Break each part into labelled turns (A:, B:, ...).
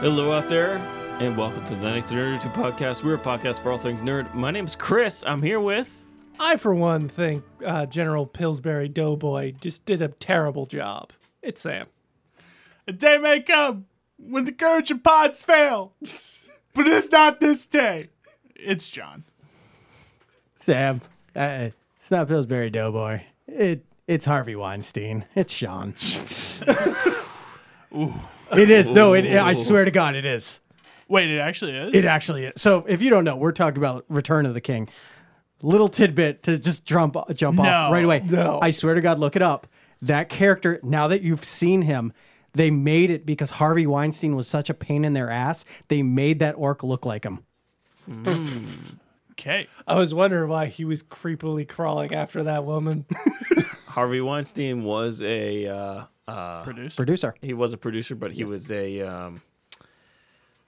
A: Hello out there, and welcome to the Next Nerd 2 podcast. We're a podcast for all things nerd. My name's Chris. I'm here with.
B: I, for one, think uh, General Pillsbury Doughboy just did a terrible job. It's Sam.
C: A day may come when the courage and pods fail, but it's not this day. It's John.
D: Sam, uh, it's not Pillsbury Doughboy. It it's Harvey Weinstein. It's Sean. It is no. It, I swear to God, it is.
C: Wait, it actually is.
D: It actually is. So if you don't know, we're talking about Return of the King. Little tidbit to just jump jump
C: No.
D: off right away.
B: No.
D: I swear to God, look it up. That character. Now that you've seen him, they made it because Harvey Weinstein was such a pain in their ass. They made that orc look like him.
C: okay.
B: I was wondering why he was creepily crawling after that woman.
A: Harvey Weinstein was a uh,
C: Producer.
D: Producer.
A: he was a producer, but he was a um,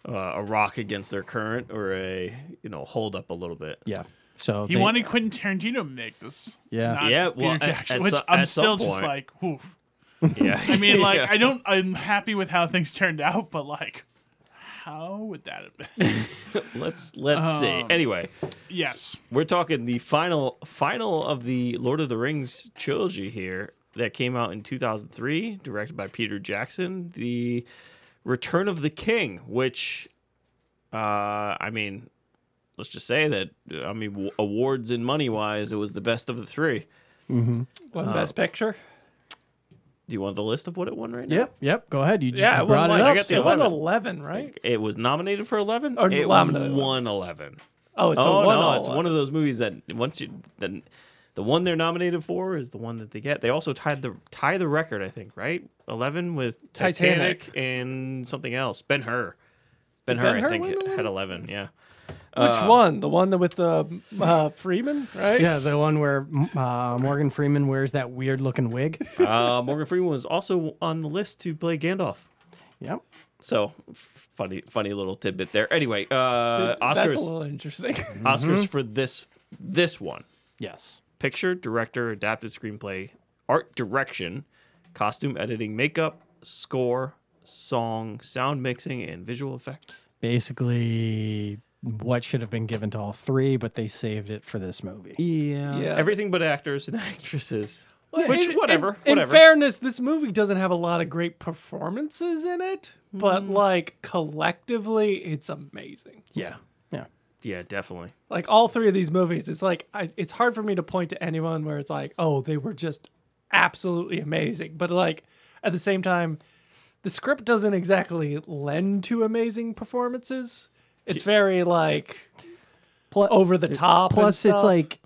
A: uh, a rock against their current or a you know hold up a little bit.
D: Yeah. So
C: He
D: they-
C: wanted Quentin Tarantino to make this.
D: Yeah.
C: not
A: Yeah, well,
C: Peter
A: at-
C: Jackson,
A: at
C: which
A: so-
C: I'm
A: at some
C: still just
A: point.
C: like, oof.
A: Yeah.
C: I mean, like, I don't. I'm happy with how things turned out, but like, how would that have been?
A: let's let's see.
C: Um,
A: Anyway,
C: yes.
A: we're talking the final final of the Lord of the Rings trilogy here that came out in 2003, directed by Peter Jackson. The Return of the King, which, uh, I mean, let's just say that I mean w- awards and money wise, it was the best of the three.
B: One best picture.
A: Do you want the list of what it won right now?
D: Yep. Yep. Go ahead. You just
B: Yeah, it won
D: brought it
B: like,
D: up.
A: I got the
B: it won
A: 11.
B: 11, right?
A: It was nominated for 11.
B: Or
A: it
B: nominated.
A: won 11.
B: Oh, it's
A: oh
B: a one.
A: no, it's one of those movies that once you then the one they're nominated for is the one that they get. They also tied the tie the record, I think, right? Eleven with Titanic,
B: Titanic.
A: and something else. Ben Hur. Ben Hur,
B: Ben-Hur
A: I think,
B: win the
A: had eleven. Yeah.
B: Which one? The one that with the uh, Freeman, right?
D: Yeah, the one where uh, Morgan Freeman wears that weird looking wig.
A: Uh, Morgan Freeman was also on the list to play Gandalf.
D: yep.
A: So f- funny, funny little tidbit there. Anyway, uh,
B: That's a
A: Oscars,
B: little Mm-hmm. interesting.
A: Oscars for this this one.
D: Yes.
A: picture, director, adapted screenplay, art direction, costume editing, makeup, score, song, sound mixing, and visual effects.
D: Basically, what should have been given to all three, but they saved it for this movie.
A: Yeah.
B: Yeah.
A: Everything but actors and actresses.
B: Well,
A: Which,
B: in- in-
A: whatever,
B: In,
A: whatever.
B: fairness, this movie doesn't have a lot of great performances in it, but like collectively, it's amazing.
A: Mm-hmm. yeah.
D: Yeah.
A: Yeah, definitely.
B: Like all three of these movies, it's like I, it's hard for me to point to anyone where it's like, oh, they were just absolutely amazing. But like at the same time, the script doesn't exactly lend to amazing performances. It's very like
D: Plus,
B: over the top. and
D: plus it's
B: stuff.
D: like,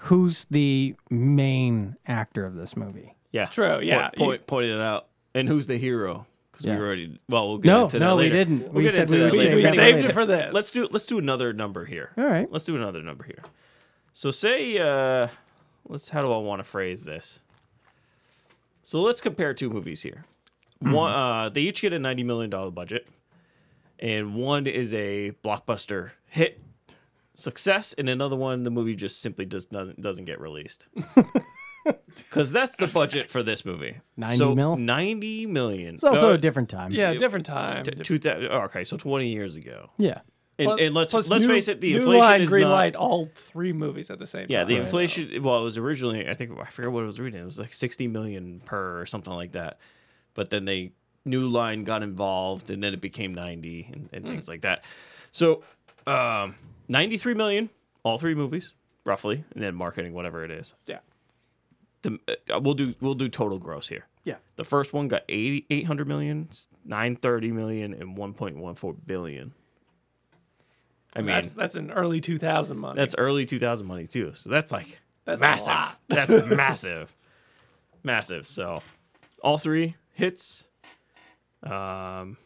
D: who's the main actor of this movie?
A: Yeah.
B: True, yeah.
A: Point, point, pointed it out. And who's the hero? Because
D: Yeah.
A: we already. Well, we'll get
D: No,
A: into that
D: no, we
A: later.
D: didn't.
A: We'll
D: We
A: get
D: said
A: into
D: we
A: that
D: would
A: later.
B: we,
D: save
B: we
D: that
B: saved it
D: later.
B: for this.
A: Let's do let's do another number here.
D: All right.
A: Let's do another number here. So say uh let's how do I want to phrase this? So let's compare two movies here.
D: Hmm.
A: One uh they each get a 90 million dollar budget and one is a blockbuster hit success and another one the movie just simply does doesn't doesn't get released. Cuz that's the budget for this movie.
D: 90
A: so
D: mil?
A: 90 million.
D: It's also
A: Uh,
D: a different time.
B: yeah, different time.
A: two thou- okay, so 20 years ago.
D: Yeah.
A: And,
B: Plus-
A: and let's
B: plus
A: let's
B: new-
A: face it, the
B: new
A: inflation
B: line,
A: is
B: green
A: not,
B: light all three movies at the same
A: Yeah,
B: time.
A: the inflation. Well, it was originally. I think I forget what I was reading. It was like sixty million per or something like that. But then they new line got involved, and then it became ninety and, and
B: Hmm.
A: things like that. So um, ninety three million, all three movies roughly, and then marketing whatever it is.
B: yeah.
A: The- uh, we'll do we'll do total gross here.
D: Yeah.
A: The first one got 80, 800 million, 930 million, and 1.14 billion. I mean,
B: that's that's an early 2000 money.
A: That's early 2000 money too. So that's like
B: That's a
A: massive.
B: lot.
A: That's massive. Massive. So all three hits. Um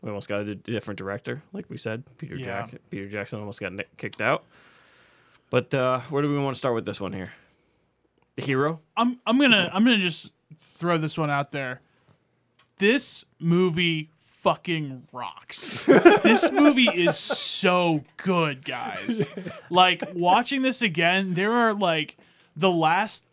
A: we almost got a di- different director, like we said. Peter
C: Yeah.
A: Jack Peter Jackson almost got ni- kicked out. But uh where do we want to start with this one here? The hero?
C: I'm I'm gonna I'm gonna just throw this one out there. This movie fucking rocks. this movie is so good, guys. Like watching this again, there are like the last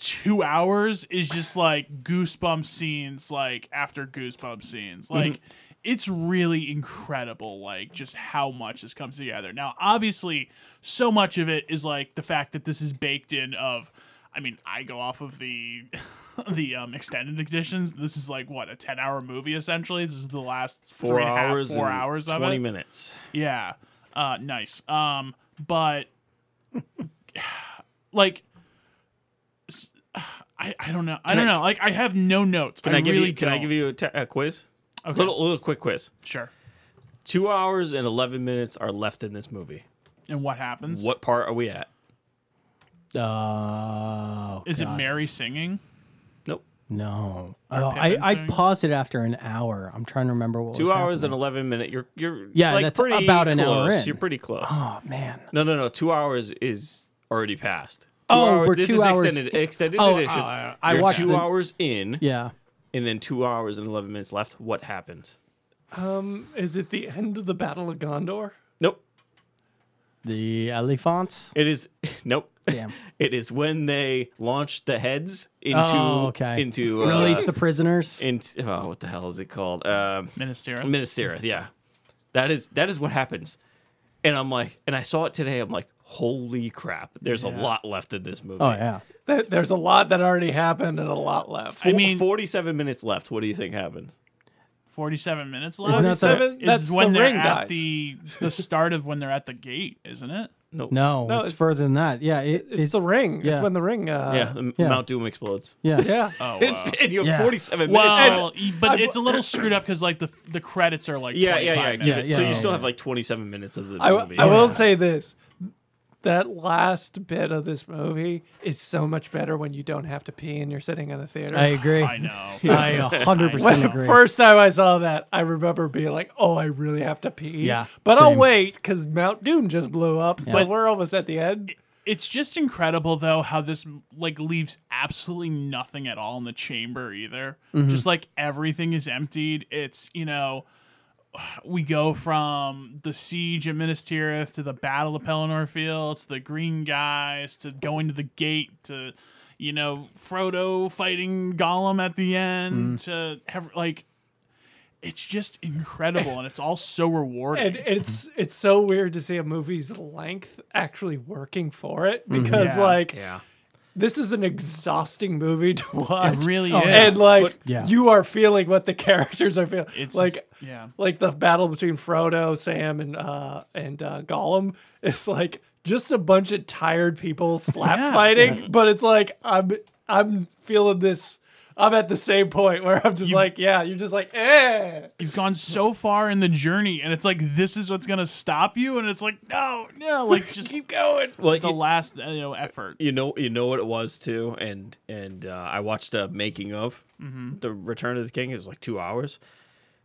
C: two
A: Mm-hmm.
C: hours is just like goosebump scenes, like after goosebump scenes. Like it's really incredible, like just how much this comes together. Now, obviously, so much of it is like the fact that this is baked in of. I mean, I go off of the the um, extended editions. This is like what a ten hour movie essentially. This is the last
A: Four
C: three and a half,
A: hours,
C: four
A: and
C: hours of
A: twenty
C: it.
A: minutes.
C: Yeah. Uh nice. Um but like s- I, I don't know. I
A: Can I-
C: don't know. Like I have no notes.
A: Can I, give
C: really
A: you? Can I give
C: don't.
A: you a, te- a quiz?
C: Okay.
A: Little little quick quiz.
C: Sure.
A: Two hours and eleven minutes are left in this movie.
C: And what happens?
A: What part are we at?
D: Oh,
C: is it Mary singing?
A: Nope.
D: no. Oh, I,
C: Pippin
D: I
C: singing?
D: paused it after an hour. I'm trying to remember what
A: Two
D: was
A: hours and
D: happening.
A: eleven minutes. You're you're
D: Yeah,
A: like
D: that's
A: pretty
D: about an hour
A: close.
D: in.
A: You're pretty close.
D: Oh man.
A: No no no. Two hours is already passed. Two
D: Oh,
A: hour-
D: we're
A: this
D: two
A: is
D: hours-
A: extended extended
D: Oh,
A: edition.
D: uh, I
A: You're
D: watched
A: two
D: the-
A: hours in,
D: Yeah.
A: and then two hours and eleven minutes left. What happened?
B: Um, is it the end of the Battle of Gondor?
A: Nope.
D: The elephants.
A: It is nope.
D: Damn.
A: It is when they launched the heads into
D: Oh, okay.
A: into uh,
D: Release the prisoners.
A: into oh, what the hell is it called? Um,
C: Ministerial.
A: Ministereth, yeah. That is that is what happens. And I'm like, and I saw it today. I'm like, holy crap! There's a lot left in this movie.
D: oh yeah.
B: There, there's a lot that already happened and a lot left.
C: I
A: Fo-
C: mean-
A: 47 minutes left. What do you think happens?
C: Forty seven minutes left.
D: Isn't that the,
B: Seven.
C: Is
B: That's
C: when
B: the
C: they're
B: ring
C: at
B: dies.
C: the the start of when they're at the gate, isn't it?
A: Nope.
D: no,
B: No,
D: It's
B: it-
D: further than that. Yeah. It,
B: it's, the ring.
D: yeah.
B: It's when the ring. Uh,
A: Yeah, the-
D: yeah.
A: Mount Doom explodes.
D: Yeah.
B: Yeah.
C: Oh,
A: It's,
C: wow.
A: and you have
D: Yeah.
A: 47 minutes.
C: Well,
A: left.
C: y- but it's a little screwed up because like the the credits are like
A: Yeah,
C: 25
A: yeah, yeah,
C: minutes.
A: yeah. So
D: yeah,
A: you still
D: yeah.
A: have like 27 minutes of the
B: I, w-
A: movie.
B: I will say this. That last bit of this movie is so much better when you don't have to pee and you're sitting in a theater.
D: I agree.
C: I know.
D: I a hundred percent
B: When the
D: agree.
B: first time I saw that, I remember being like, "Oh, I really have to pee."
D: Yeah,
B: but I'll
D: same.
B: wait because Mount Doom just blew up, so
C: But-
B: we're almost at the end.
C: It's just incredible though how this like leaves absolutely nothing at all in the chamber either.
B: Mm-hmm.
C: Just like everything is emptied. It's you know we go from the siege of Minas Tirith to the Battle of Pelennor Fields, to the Green Guys, to going to the gate, to you know Frodo fighting Gollum at the
B: Mm.
C: end, to have like it's just incredible and it's all so rewarding.
B: And it's it's so weird to see a movie's length actually working for it because
C: Mm-hmm. Yeah.
B: like
A: Yeah.
B: this is an exhausting movie to watch.
C: it really
D: Oh,
C: is.
B: and like
D: Yeah.
B: you are feeling what the characters are feeling.
C: It's-
B: like
C: yeah.
B: like the battle between Frodo, Sam, and uh and uh, Gollum is like just a bunch of tired people slap
C: Yeah.
B: fighting, but it's like I'm I'm feeling this. I'm at the same point where I'm just like, yeah, you're just like, eh.
C: you've gone so far in the journey and it's like this is what's gonna stop you and it's like no no like just keep going
A: Well,
C: the
A: you-
C: last uh, you know effort
A: you know you know what it was too and and uh, i watched a making of
C: Mm-hmm.
A: the return of the king it was like two hours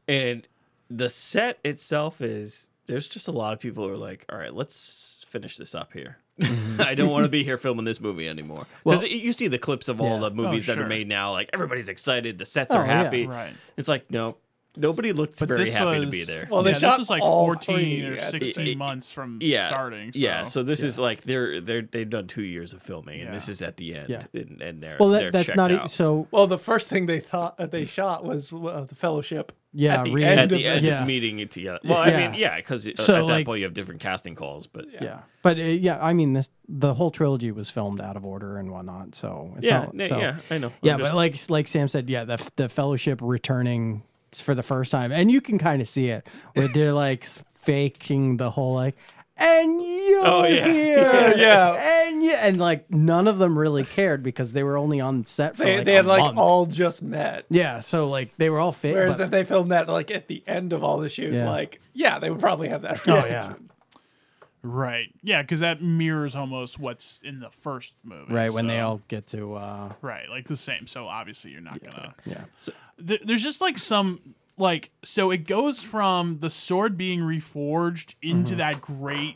A: and the set itself is there's just a lot of people who are like all right let's finish this up here
D: Mm-hmm.
A: i don't want to be here filming this movie anymore because you see the clips of all
D: Yeah.
A: the movies that
C: Oh, sure.
A: are made now like everybody's excited the sets
D: Oh,
A: are
D: yeah.
A: happy
C: Right.
A: it's like no nobody looked very
C: this
A: happy to
C: was-
A: be there
B: Well, they
C: yeah,
B: shot
C: this was like
B: all
C: 14
B: three
C: or
B: at the-
C: 16
A: It- it-
C: months from
A: yeah,
C: starting so.
A: yeah. So this is like they're they're they've done two years of filming, and this
C: Yeah.
A: is at the end,
D: Yeah.
A: and, and they're
D: well,
A: they're
D: that, that's
A: checked
D: not
A: out.
D: e- so.
B: Well, the first thing they thought uh, they shot was uh, the Fellowship.
D: Yeah,
B: at the
D: re-
B: end
A: at
B: of
A: the end
D: Yeah.
A: of meeting it together. Well, I
D: Yeah.
A: mean, yeah, because at
D: So,
A: that
D: like-
A: point you have different casting calls, but yeah,
D: Yeah, but uh, yeah, I mean this. The whole trilogy was filmed out of order and whatnot. So it's
A: yeah,
D: not,
A: yeah,
D: so-
A: I know. I'm
D: yeah.
A: just-
D: but like like Sam said, yeah, the the fellowship returning for the first time, and you can kind of see it where they're like faking the whole like. And you're
A: Oh, yeah.
D: here,
B: Yeah.
D: and yeah, and like none of them really cared because they were only on set for
B: They,
D: like
B: they
D: a
B: had like
D: month.
B: all just met.
D: yeah, so like they were all fake.
B: Whereas
D: but-
B: if they filmed that like at the end of all the shoot,
D: Yeah.
B: like yeah, they would probably have that.
D: oh
B: reaction.
D: yeah,
C: right yeah because that mirrors almost what's in the first movie
D: right when they
C: so-
D: all get to uh,
C: right like the same so obviously you're not gonna
D: yeah,
C: th- there's just like some like so it goes from the sword being reforged into
B: Mm-hmm.
C: that great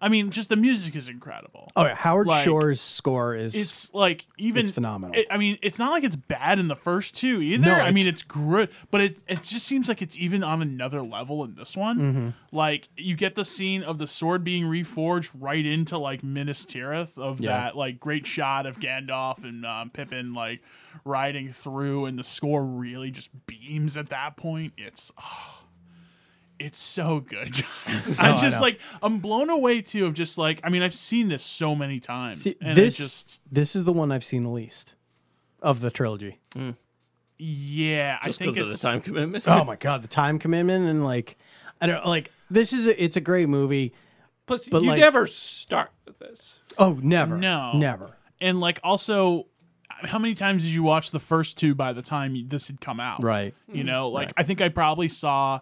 C: i mean just the music is incredible
D: Oh, yeah. Howard
C: Like,
D: Shore's score is
C: it's like even
D: it's phenomenal.
C: it- I mean, it's not like it's bad in the first two either.
D: No,
C: I mean,
D: it's-
C: it's good, but it it just seems like it's even on another level in this one.
D: Mm-hmm.
C: Like you get the scene of the sword being reforged right into like Minas Tirith of
D: Yeah.
C: that like great shot of Gandalf and um, Pippin like riding through, and the score really just beams at that point. It's oh, it's so good. guys. I just
D: know.
C: like I'm blown away too of just like I mean I've seen this so many times
D: See,
C: and
D: this
C: it's just
D: this is the one I've seen the least of the trilogy.
C: yeah
A: Just
C: I think
A: because of
C: it's
A: the time commitment.
D: Oh my god, the time commitment and like I don't like this is a, it's a great movie.
B: Plus,
D: But,
B: you
D: like-
B: never start with this.
D: Oh, never.
C: No.
D: Never.
C: and like also how many times did you watch the first two by the time this had come out
D: Right.
C: you know like i think i probably saw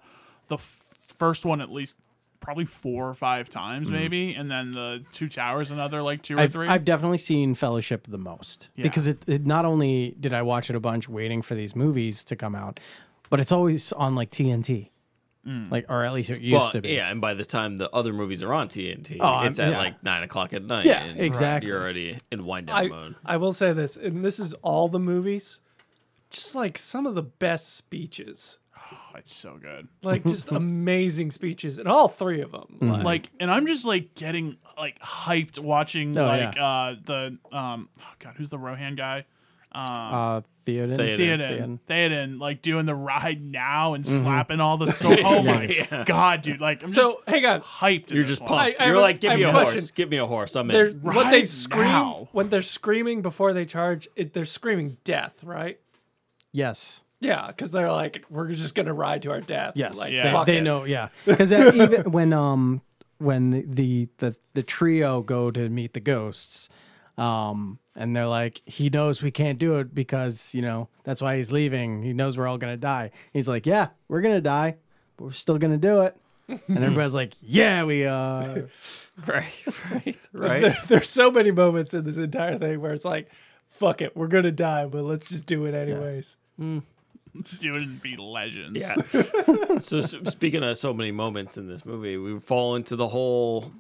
C: the f- first one at least probably four or five times maybe and then the two towers another like two or
D: Mm-hmm. I've,
C: 3
D: I've definitely seen Fellowship the most because it, it not only did I watch it a bunch waiting for these movies to come out, but it's always on like TNT, like or at least it used
A: Mm. Well,
D: to be.
A: yeah, and by the time the other movies are on TNT,
D: Oh, I'm-
A: it's at
D: yeah.
A: like nine o'clock at night.
D: Yeah,
A: and
D: exactly.
A: You're already in wind down
B: I,
A: mode.
B: I will say this, and this is all the movies. Just like some of the best speeches,
C: Oh, it's so good
B: like just amazing speeches, and all three of them.
D: Mm.
B: Like,
C: like and i'm just like getting like hyped watching
D: Oh,
C: like
D: yeah.
C: uh the um oh god who's the rohan guy Um,
D: Uh, Theoden.
A: Theoden.
C: Theoden, Theoden, like doing the ride now and slapping all the so. Oh my
A: Yeah.
C: god, dude! Like I'm
B: so,
C: just
B: hang on.
C: hyped. at
A: You're
C: this
A: just
C: one.
A: pumped.
B: I- I
A: you're
B: have a-
A: like,
B: I
A: give
B: have
A: me
B: a
A: a
B: question.
A: horse. Give me a horse. I'm
B: They're,
A: in.
B: what they
C: Right
B: scream
C: now.
B: when they're screaming before they charge, it, they're screaming death, right?
D: Yes.
B: Yeah, because they're like, we're just gonna ride to our deaths.
D: Yes.
B: like,
C: Yeah.
B: fuck
D: They
B: it.
D: know. Yeah. Because even when um when the, the the the trio go to meet the ghosts, um and they're like he knows we can't do it because you know that's why he's leaving. He knows we're all gonna die. He's like, yeah, we're gonna die, but we're still gonna do it. And everybody's like, yeah, we uh, are.
A: right, right, right.
B: There, there's so many moments in this entire thing where it's like, fuck it, we're gonna die, but let's just do it anyways.
C: dude and be legends.
A: Yeah. so s- speaking of so many moments in this movie, we fall into the whole.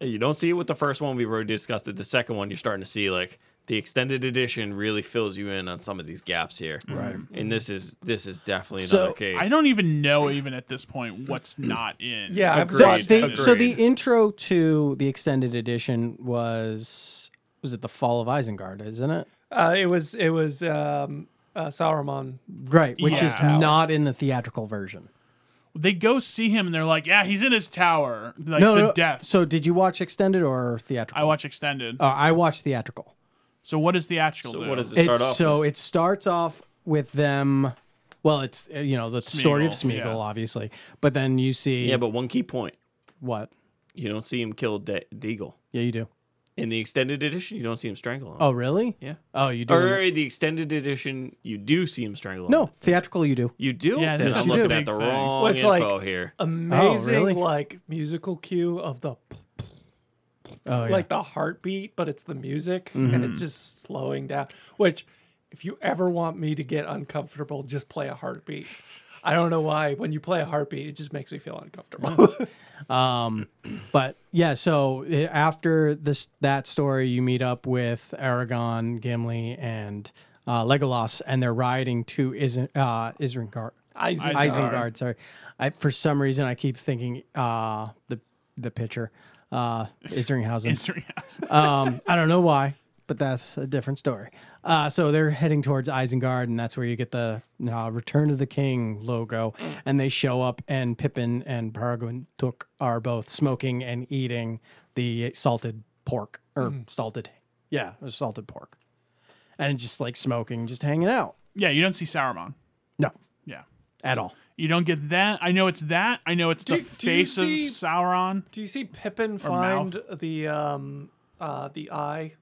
A: You don't see it with the first one. We've already discussed it. The second one, you're starting to see like the extended edition really fills you in on some of these gaps here. Right. And this is this is definitely another
D: So,
A: case.
C: I don't even know even at this point what's not in.
B: Yeah, I've
A: Agreed.
B: watched
D: They- so the
A: Agreed.
D: intro to the extended edition was was it the Fall of Isengard, isn't it?
B: Uh, it was it was um, uh, Sauron.
D: Right, which is
C: Yeah.
D: not in the theatrical version.
C: they go see him and they're like, "Yeah, he's in his tower." Like the death.
D: So did you watch extended or theatrical?
C: I watch extended.
D: Uh, I watched theatrical.
C: so what is theatrical?
A: So
C: do?
A: what does it
D: It-
A: start off?
D: so it starts off with them. Well, it's uh, you know the story of
C: Smeagol,
D: Smeagol,
C: yeah.
D: obviously, but then you see
A: yeah, but one key point:
D: what?
A: you don't see him kill De- Deagle
D: Yeah, you do.
A: in the extended edition. You don't see him strangle him.
D: Oh, really?
A: yeah.
D: Oh, you do.
A: Or in the extended edition, you do see him strangle him.
D: no, theatrical you do.
A: You do?
C: Yeah,
A: Then
C: that's
A: I'm
D: a
A: looking
D: big
A: at the
C: thing.
A: wrong
B: Well, it's like-
A: info here.
B: Amazing,
D: Oh, really?
B: like musical cue of the p-
D: Oh, yeah. Mm-hmm.
B: like the heartbeat, but it's the music and it's just slowing down. Which, if you ever want me to get uncomfortable, just play a heartbeat. I don't know why. When you play a heartbeat, it just makes me feel uncomfortable.
D: Um, but yeah, so i- after this that story, you meet up with Aragon, Gimli, and uh, Legolas, and they're riding to Isen- uh, Isengard.
B: Isaac.
C: Isaac. Sorry.
D: Isengard. Sorry, I, for some reason I keep thinking uh, the the pitcher, uh, Isringhausen. um, I don't know why, but that's a different story. Uh, so they're heading towards Isengard, and that's where you get the uh, Return of the King logo. And they show up, and Pippin and Paragon Took are both smoking and eating the salted pork or salted, yeah, it was salted pork, and just like smoking, just hanging out.
C: yeah, you don't see Sauron.
D: No,
C: Yeah.
D: at all.
C: You don't get that. I know it's that. I know it's the
B: Do- do you
C: face
B: see-
C: of Sauron.
B: Do you see Pippin
C: mouth.
B: find the um uh the eye?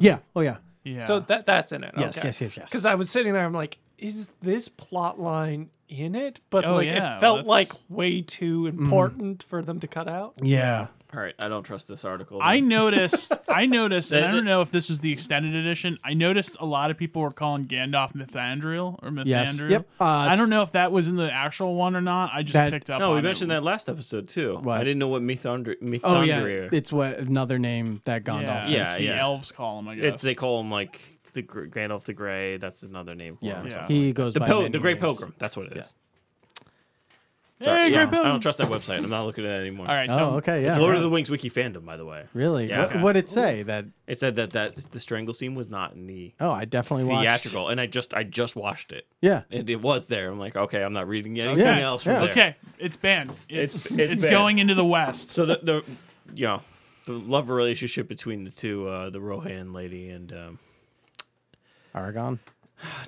D: Yeah. Oh yeah.
C: Yeah.
B: So that that's in it.
D: Yes,
B: okay.
D: yes, yes, yes.
B: Because I was sitting there, I'm like, is this plot line in it? But
C: Oh,
B: like,
C: yeah,
B: it felt
C: that's-
B: like way too
D: Mm-hmm.
B: important for them to cut out.
D: Yeah.
A: All right, I don't trust this article.
C: I
A: then.
C: noticed. I noticed. and I
A: That-
C: don't know if this was the extended edition. I noticed a lot of people were calling Gandalf Mithandriel or Mithandriel.
D: Yep. Uh,
C: I don't know if that was in the actual one or not. I just
D: That-
C: picked up.
A: No, we
C: on
A: mentioned
C: it.
A: that last episode too.
D: What?
A: I didn't know what Mithundri- Mithundrir.
D: Oh yeah, it's what another name that
C: Yeah,
D: Gandalf.
A: Yeah,
C: yeah, the
A: yeah.
C: elves call him. I guess
A: It's they call him like the Gr- Gandalf the Grey. That's another name for
D: Yeah,
A: him. or
C: Yeah.
A: something.
D: he goes
A: The
D: by
A: Pil-
D: many
A: the Great
D: names.
A: Pilgrim. That's what it is. Sorry,
C: Hey,
A: yeah,
C: Great
A: I
C: Britain.
A: don't trust that website. I'm not looking at it anymore.
C: All right.
D: Oh,
C: don't-
D: okay. Yeah.
A: It's Lord
D: right.
A: of the Wings wiki fandom, by the way.
D: Really?
A: Yeah.
D: What, what'd it say? That
A: It said that that the strangle scene was not in the
D: oh, I definitely watched.
A: theatrical, and I just I just watched it,
D: Yeah.
A: and it was there. I'm like, okay, I'm not reading anything
D: Yeah,
A: else from
D: yeah.
A: there.
C: Okay. It's banned. It's
A: It's-
C: it's,
A: it's banned.
C: going into the West.
A: So the the you know the love relationship between the two, uh, the Rohan lady and um,
D: Aragon.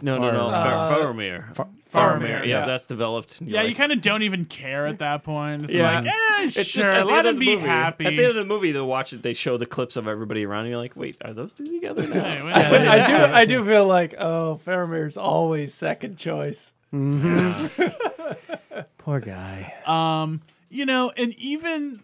A: no no no
D: Or,
A: Far- Faramir.
C: Faramir,
A: yeah,
C: yeah.
A: that's developed. and you're
C: Yeah,
A: like,
C: you kind of don't even care at that point. It's
A: Yeah.
C: like, eh, sure,
A: It's just at the
C: let
A: end of
C: him
A: the
C: be
A: movie.
C: happy.
A: At the end of the movie, they watch it. They show the clips of everybody around. And you're like, wait, are those two together now?
C: Hey, wait,
B: But I do I do feel like oh Faramir's always second choice.
D: Poor guy.
C: you know, and even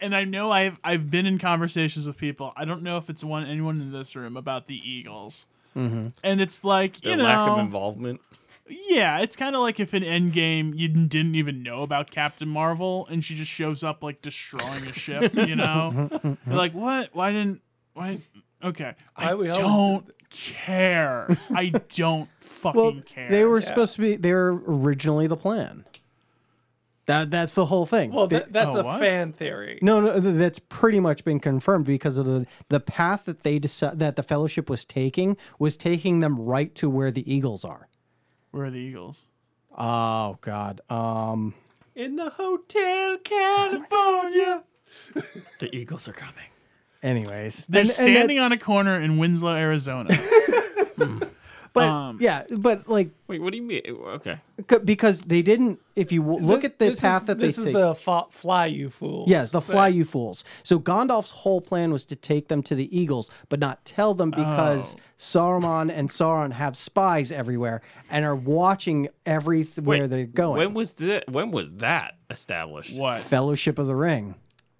C: and I know I've I've been in conversations with people. I don't know if it's one anyone in this room about the Eagles.
B: Mm-hmm.
C: And it's like
A: Their
C: you know,
A: lack of involvement.
C: yeah, it's kind of like if in Endgame you didn't- didn't even know about Captain Marvel and she just shows up like destroying a ship. You know, You're like what? Why didn't? Why? Okay, I
B: Why we always do
C: don't care. I don't fucking
D: Well,
C: care.
D: they were supposed to be. They were originally the plan. That that's the whole thing.
B: Well,
D: They-
B: that, that's
C: oh,
B: a
C: what?
B: fan theory.
D: No, no, th- that's pretty much been confirmed because of the the path that they deci- that the fellowship was taking was taking them right to where the eagles are.
C: where are the Eagles?
D: Oh God, um,
B: In the Hotel
D: Oh
B: California.
A: The Eagles are coming.
D: anyways,
C: They're standing on a corner in Winslow, Arizona.
D: but
C: um,
D: yeah, but like
A: Wait, what do you mean? Okay,
D: c- because they didn't. If you w- look at the
B: This is-
D: path that they
B: this is
D: take-
B: the fa- fly you fools.
D: Yes, the fly you fools. So Gandalf's whole plan was to take them to the Eagles, but not tell them because
B: Oh.
D: Saruman and Sauron have spies everywhere and are watching every th- where
A: Wait,
D: they're going.
A: When was that? When was that established?
C: What?
D: Fellowship of the Ring.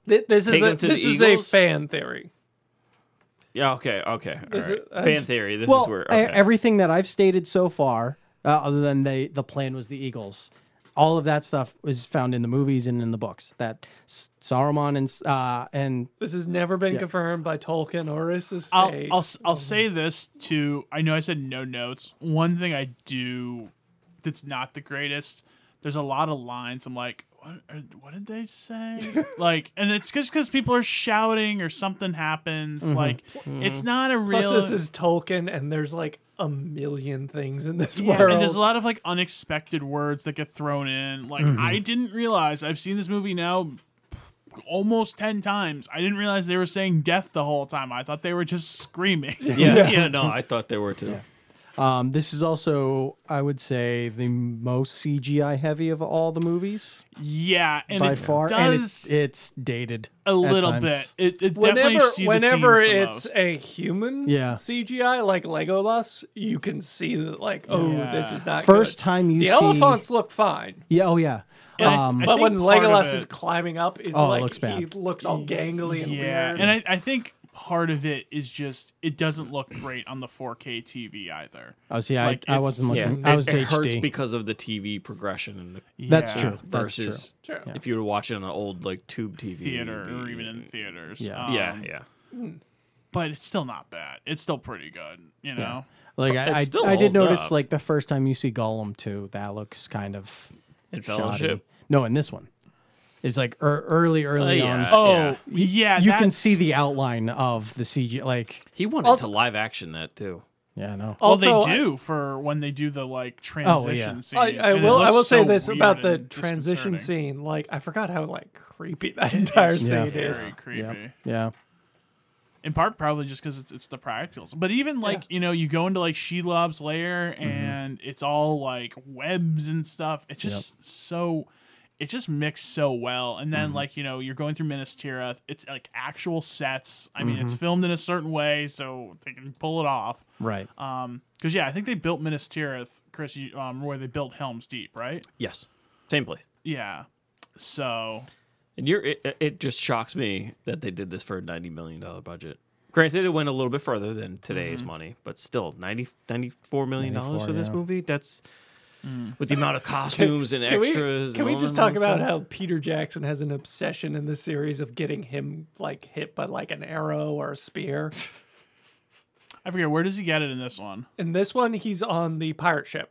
B: Th- this is
A: Take
B: a,
A: them to the
B: this is a
A: Eagles?
B: fan theory.
A: Yeah. Okay. Okay. All
B: Is
A: right.
B: it- I'm-
A: Fan theory. This
D: Well,
A: is where.
D: e-
A: Okay.
D: everything that I've stated so far, uh, other than the the plan was the Eagles, all of that stuff was found in the movies and in the books. That S- Saruman and S- uh, and
B: This has never been confirmed by Tolkien or his
C: I'll,
B: estate.
C: I'll, s- I'll say this to I know I said no notes. One thing I do that's not the greatest. There's a lot of lines. I'm like, what, are, what did they say? like, and it's just because people are shouting or something happens. Like, it's not a real.
B: Mm-hmm. Plus, this is Tolkien, and there's like a million things in this
C: yeah,
B: world.
C: and there's a lot of like unexpected words that get thrown in. Like,
B: Mm-hmm.
C: I didn't realize. I've seen this movie now almost 10 times. I didn't realize they were saying death the whole time. I thought they were just screaming.
A: yeah, yeah. No, I thought they were too.
D: um, this is also, I would say, the most CGI heavy of all the movies.
C: Yeah, and
D: by
C: it
D: far,
C: does
D: and it's, it's dated
C: a
D: at
C: little
D: times.
C: bit. It, it
B: whenever
C: definitely see
B: whenever
C: the scenes the
B: it's
C: most.
B: a human
D: Yeah.
B: CGI like Legolas, you can see that like oh this is not
D: First
B: good.
D: time you
B: the
D: see,
B: elephants look fine,
D: yeah, oh yeah,
C: And I-
D: um,
C: I
B: but
C: think
B: when
C: part of
B: Legolas is
C: it-
B: climbing up, it's
D: Oh, it
B: like
D: looks
B: he
D: bad.
B: looks all gangly and
C: yeah,
B: weird.
C: and I, I think part of it is just it doesn't look great on the 4K TV either.
D: oh see,
C: like,
D: I, I
C: it's-
D: wasn't
A: Yeah.
D: looking. I
A: it-
D: was
A: it, hurts
D: HD.
A: because of the TV progression and the
D: That's
C: Yeah.
D: true. That's true.
A: versus
B: True.
A: if you were to watch it on an old like tube TV
C: Theater
A: it'd
C: or
A: be-
C: even in theaters.
D: Yeah.
C: Um,
A: Yeah. Yeah.
C: But it's still not bad. It's still pretty good. You know.
D: Like
A: it
D: I, I,
A: still
D: I did
A: holds
D: notice
A: up.
D: like the first time you see Gollum too, that looks kind of
A: In
D: shoddy.
A: Fellowship?
D: No, in this one, it's like ear early, early
B: Uh,
D: on.
A: yeah.
C: Oh
A: Yeah.
C: yeah,
D: you can
C: that's-
D: see the outline of the CG. Like
A: He wanted
B: Also-
A: to live action that too.
D: yeah, no.
C: Well,
B: Also,
C: they
B: I-
C: do for when they do the
D: Oh,
C: like transition scene.
B: I, I
C: and it
B: will. I
C: looks
B: will say
C: so
B: this
C: weird
B: about the
C: and
B: transition
C: disconcerting.
B: scene. Like, I forgot how like creepy that entire scene
D: Yeah.
B: is.
C: Very creepy.
D: Yeah,
C: In part, probably just because it's, it's the practicals. But even like you know, you go into like Shelob's lair, and it's all like webs and stuff. It's just so, it just mixed so well. And then like you know, you're going through Minas Tirith. It's like actual sets. I mean, it's filmed in a certain way, so they can pull it off.
D: right.
C: Um, because yeah, I think they built Minas Tirith, Chris. You, um, where they built Helm's Deep, right?
A: Yes. Same place.
C: Yeah. So
A: And you're it, it just shocks me that they did this for a ninety million dollar budget. Granted, it went a little bit further than today's
C: Mm-hmm.
A: money, but still 90, 94 million dollars for this
D: yeah.
A: movie. That's
C: Mm.
A: with the amount of costumes and
B: Can we,
A: extras.
B: can
A: and
B: we
A: all
B: just
A: that
B: talk
A: stuff.
B: about how Peter Jackson has an obsession in this series of getting him like hit by like an arrow or a spear?
C: I forget where does he get it in this one.
B: In this one, he's on the pirate ship.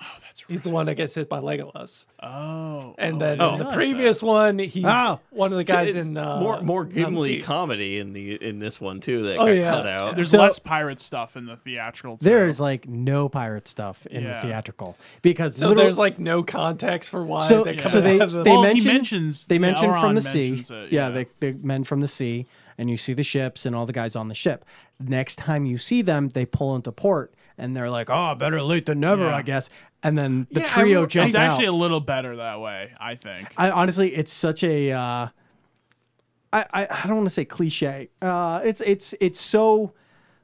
C: Oh, that's
B: He's the one that gets hit by Legolas.
C: Oh.
B: And
C: oh,
B: then
C: I didn't
B: in the
C: realize
B: previous one, he's
D: Oh.
B: one of the guys
A: It's
B: in uh,
A: more more
B: Mountain
A: Gimli
B: Steep.
A: comedy in the in this one too that
B: Oh,
A: got
B: yeah.
A: cut
C: that.
A: out.
C: There's
D: So-
C: less pirate stuff in the theatrical. too.
D: There is like no pirate stuff in
C: Yeah.
D: the theatrical because
B: So
D: literal-
B: there's like no context for why
D: so,
B: they come
D: so they
B: out of the
D: they
C: Well, he
D: mention
C: mentions-
D: they
C: yeah,
D: mention
C: Elrond
D: from the sea.
C: mentions it,
D: yeah,
C: yeah.
D: they, the men from the sea, and you see the ships and all the guys on the ship. Next time you see them, they pull into port, and they're like, "Oh, better late than never,
C: Yeah.
D: I guess." And then the
B: Yeah, I
D: trio
B: remember-
D: jumps
C: It's actually
D: out.
C: a little better that way, I think.
D: I, honestly, it's such a. Uh, I, I I don't want to say cliche. Uh, it's it's it's so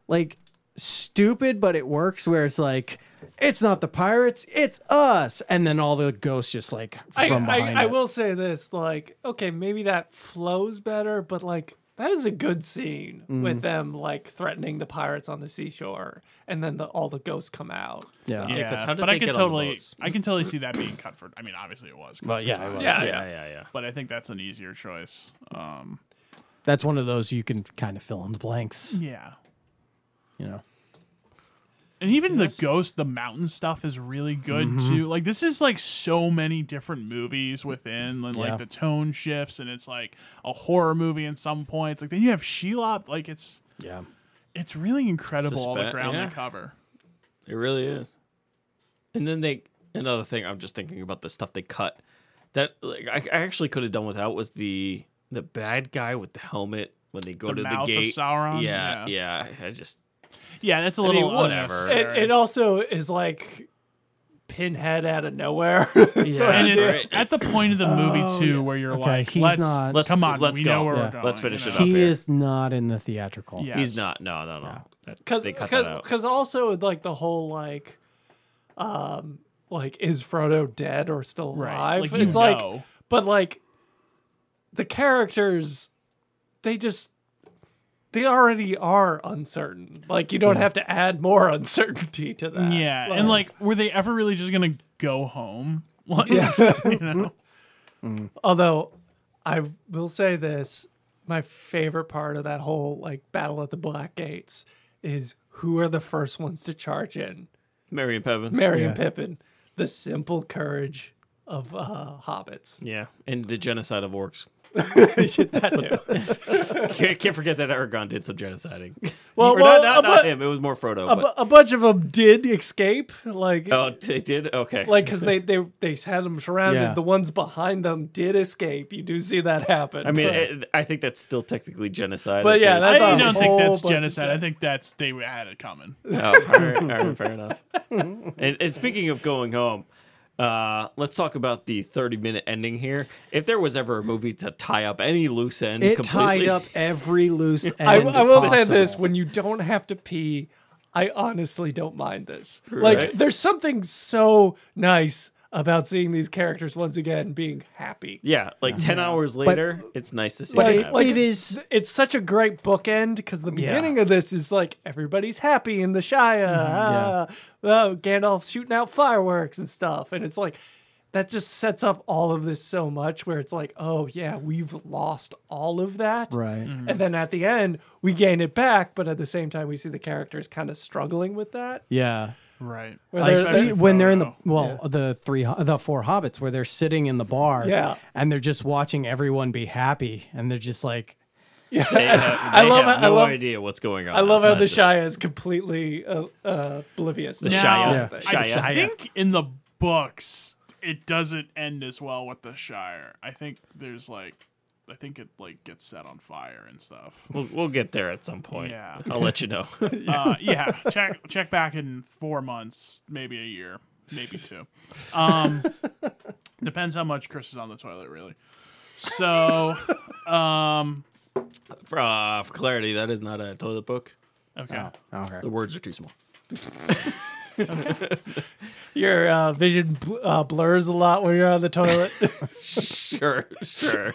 D: like stupid, but it works. Where it's like. It's not the pirates, it's us. And then all the ghosts just like
B: I,
D: from behind.
B: I, I
D: it.
B: will say this, like, okay, maybe that flows better, but like that is a good scene
D: Mm-hmm.
B: with them like threatening the pirates on the seashore, and then the, all the ghosts come out.
D: Yeah.
A: Yeah, 'cause how did
C: but
A: they
C: I can
A: get on the
C: totally,
A: boats?
C: I can totally see that being cut for. I mean, obviously it was. cut
D: Well,
C: for
D: yeah,
C: time,
D: it was.
A: yeah,
B: Yeah,
A: yeah,
B: yeah.
A: yeah, yeah.
C: But I think that's an easier choice. Um,
D: that's one of those you can kind of fill in the blanks,
C: yeah,
D: you know.
C: and even the ghost, the mountain stuff is really good
D: Mm-hmm.
C: too. Like this is like so many different movies within, and like
D: Yeah.
C: the tone shifts, and it's like a horror movie in some points. Like then you have Shelob. Like it's
D: Yeah.
C: it's really incredible all the
A: Suspe-
C: ground
A: yeah.
C: they cover.
A: It really is. And then they another thing I'm just thinking about the stuff they cut that like I, I actually could have done without was the the bad guy with the helmet when they go
C: The
A: to
C: mouth
A: the
C: of
A: gate.
C: Sauron?
A: Yeah, yeah. I just
C: Yeah, that's a
A: mean,
C: little
A: whatever.
B: It,
C: unnecessary.
B: it also is like pinhead out of nowhere. so
A: Yeah.
C: and
B: it is-
C: it's at the point of the movie too where you're
D: Okay,
C: like,
D: he's
C: let's,
D: not-
A: Let's-
C: come on,
A: let's
C: we
A: go.
C: know where
D: Yeah.
C: we're going.
A: Let's finish
C: you
A: it
C: know?
A: up.
D: He
A: here.
D: is not in the theatrical.
C: Yeah.
A: he's
C: Yes.
A: not. No, no, no. That's-
B: Cause,
A: they cut
B: cause,
A: that out.
B: 'cause also like the whole like, um, like is Frodo dead or still
C: Right,
B: alive?
C: like, you
B: it's
C: know.
B: like, but like, the characters, they just they already are uncertain. Like you don't have to add more uncertainty to that.
C: Yeah, and like, were they ever really just gonna go home? Like, you know?
B: although I will say this, my favorite part of that whole like battle at the Black Gates is who are the first ones to charge in.
A: Merry and Pevin.
B: Mary and
D: Yeah.
B: Pippin, the simple courage of uh, hobbits.
A: yeah, and the genocide of orcs.
B: that too.
A: Can't, can't forget that Aragon did some genociding.
B: Well,
A: Or
B: well,
A: not, not,
B: a
A: not
B: bu-
A: him. It was more Frodo.
B: A,
A: but,
B: bu- a bunch of them did escape, like,
A: oh, they did. Okay.
B: like because they they they had them surrounded.
D: Yeah.
B: The ones behind them did escape. You do see that happen.
A: I mean,
B: but,
A: it, I think that's still technically genocide.
B: But
A: if
B: yeah,
A: there's-
B: that's
C: I
B: a
C: don't think
B: whole
C: that's
B: bunch of
C: genocide. I
B: stuff.
C: think that's they had it coming.
A: Oh, all right, all right, fair enough. And, and speaking of going home, uh, let's talk about the 30 minute ending here. If there was ever a movie to tie up any loose end,
D: It
A: completely,
D: tied up every loose end.
B: I, I will say
D: possible.
B: this: when you don't have to pee, I honestly don't mind this. Like,
A: Right.
B: there's something so nice about seeing these characters once again being happy.
A: Yeah, like 10 hours later, it's nice to see
D: But
A: it
D: it,
A: happen.
D: it is
B: it's such a great bookend because the beginning of this is like everybody's happy in the Shire.
D: Mm-hmm,
B: ah, oh, Gandalf shooting out fireworks and stuff. And it's like, that just sets up all of this so much where it's like, oh, yeah, we've lost all of that.
D: Right.
A: Mm-hmm.
B: And then at the end, we gain it back. But at the same time, we see the characters kind of struggling with that.
D: yeah.
C: Right.
B: Well, Like, they're-
D: Especially when they're in the
C: Frodo.
D: well, the three, ho- the four hobbits, where they're sitting in the bar,
B: Yeah.
D: and they're just watching everyone be happy, and they're just like,
A: They have- they
B: love
A: have
B: how- I
A: no
B: love-
A: idea what's going on.
B: I love how
A: outside
B: the
A: this.
B: Shire is completely uh, uh, oblivious. to
A: The
B: that
A: Shire.
B: whole
D: Yeah.
B: thing.
A: Shire.
C: I think in the books it doesn't end as well with the Shire. I think there's like, I think it like gets set on fire and stuff.
A: We'll, we'll get there at some point.
C: Yeah.
A: I'll let you know.
C: Uh, yeah, check check back in four months, maybe a year, maybe two. Um, depends how much Chris is on the toilet, really. So, um,
A: for, uh, for clarity, that is not a toilet book.
C: okay,
D: Oh. okay,
A: The words are too small.
B: Your uh, vision bl- uh, blurs a lot when you're on the toilet.
A: Sure, sure.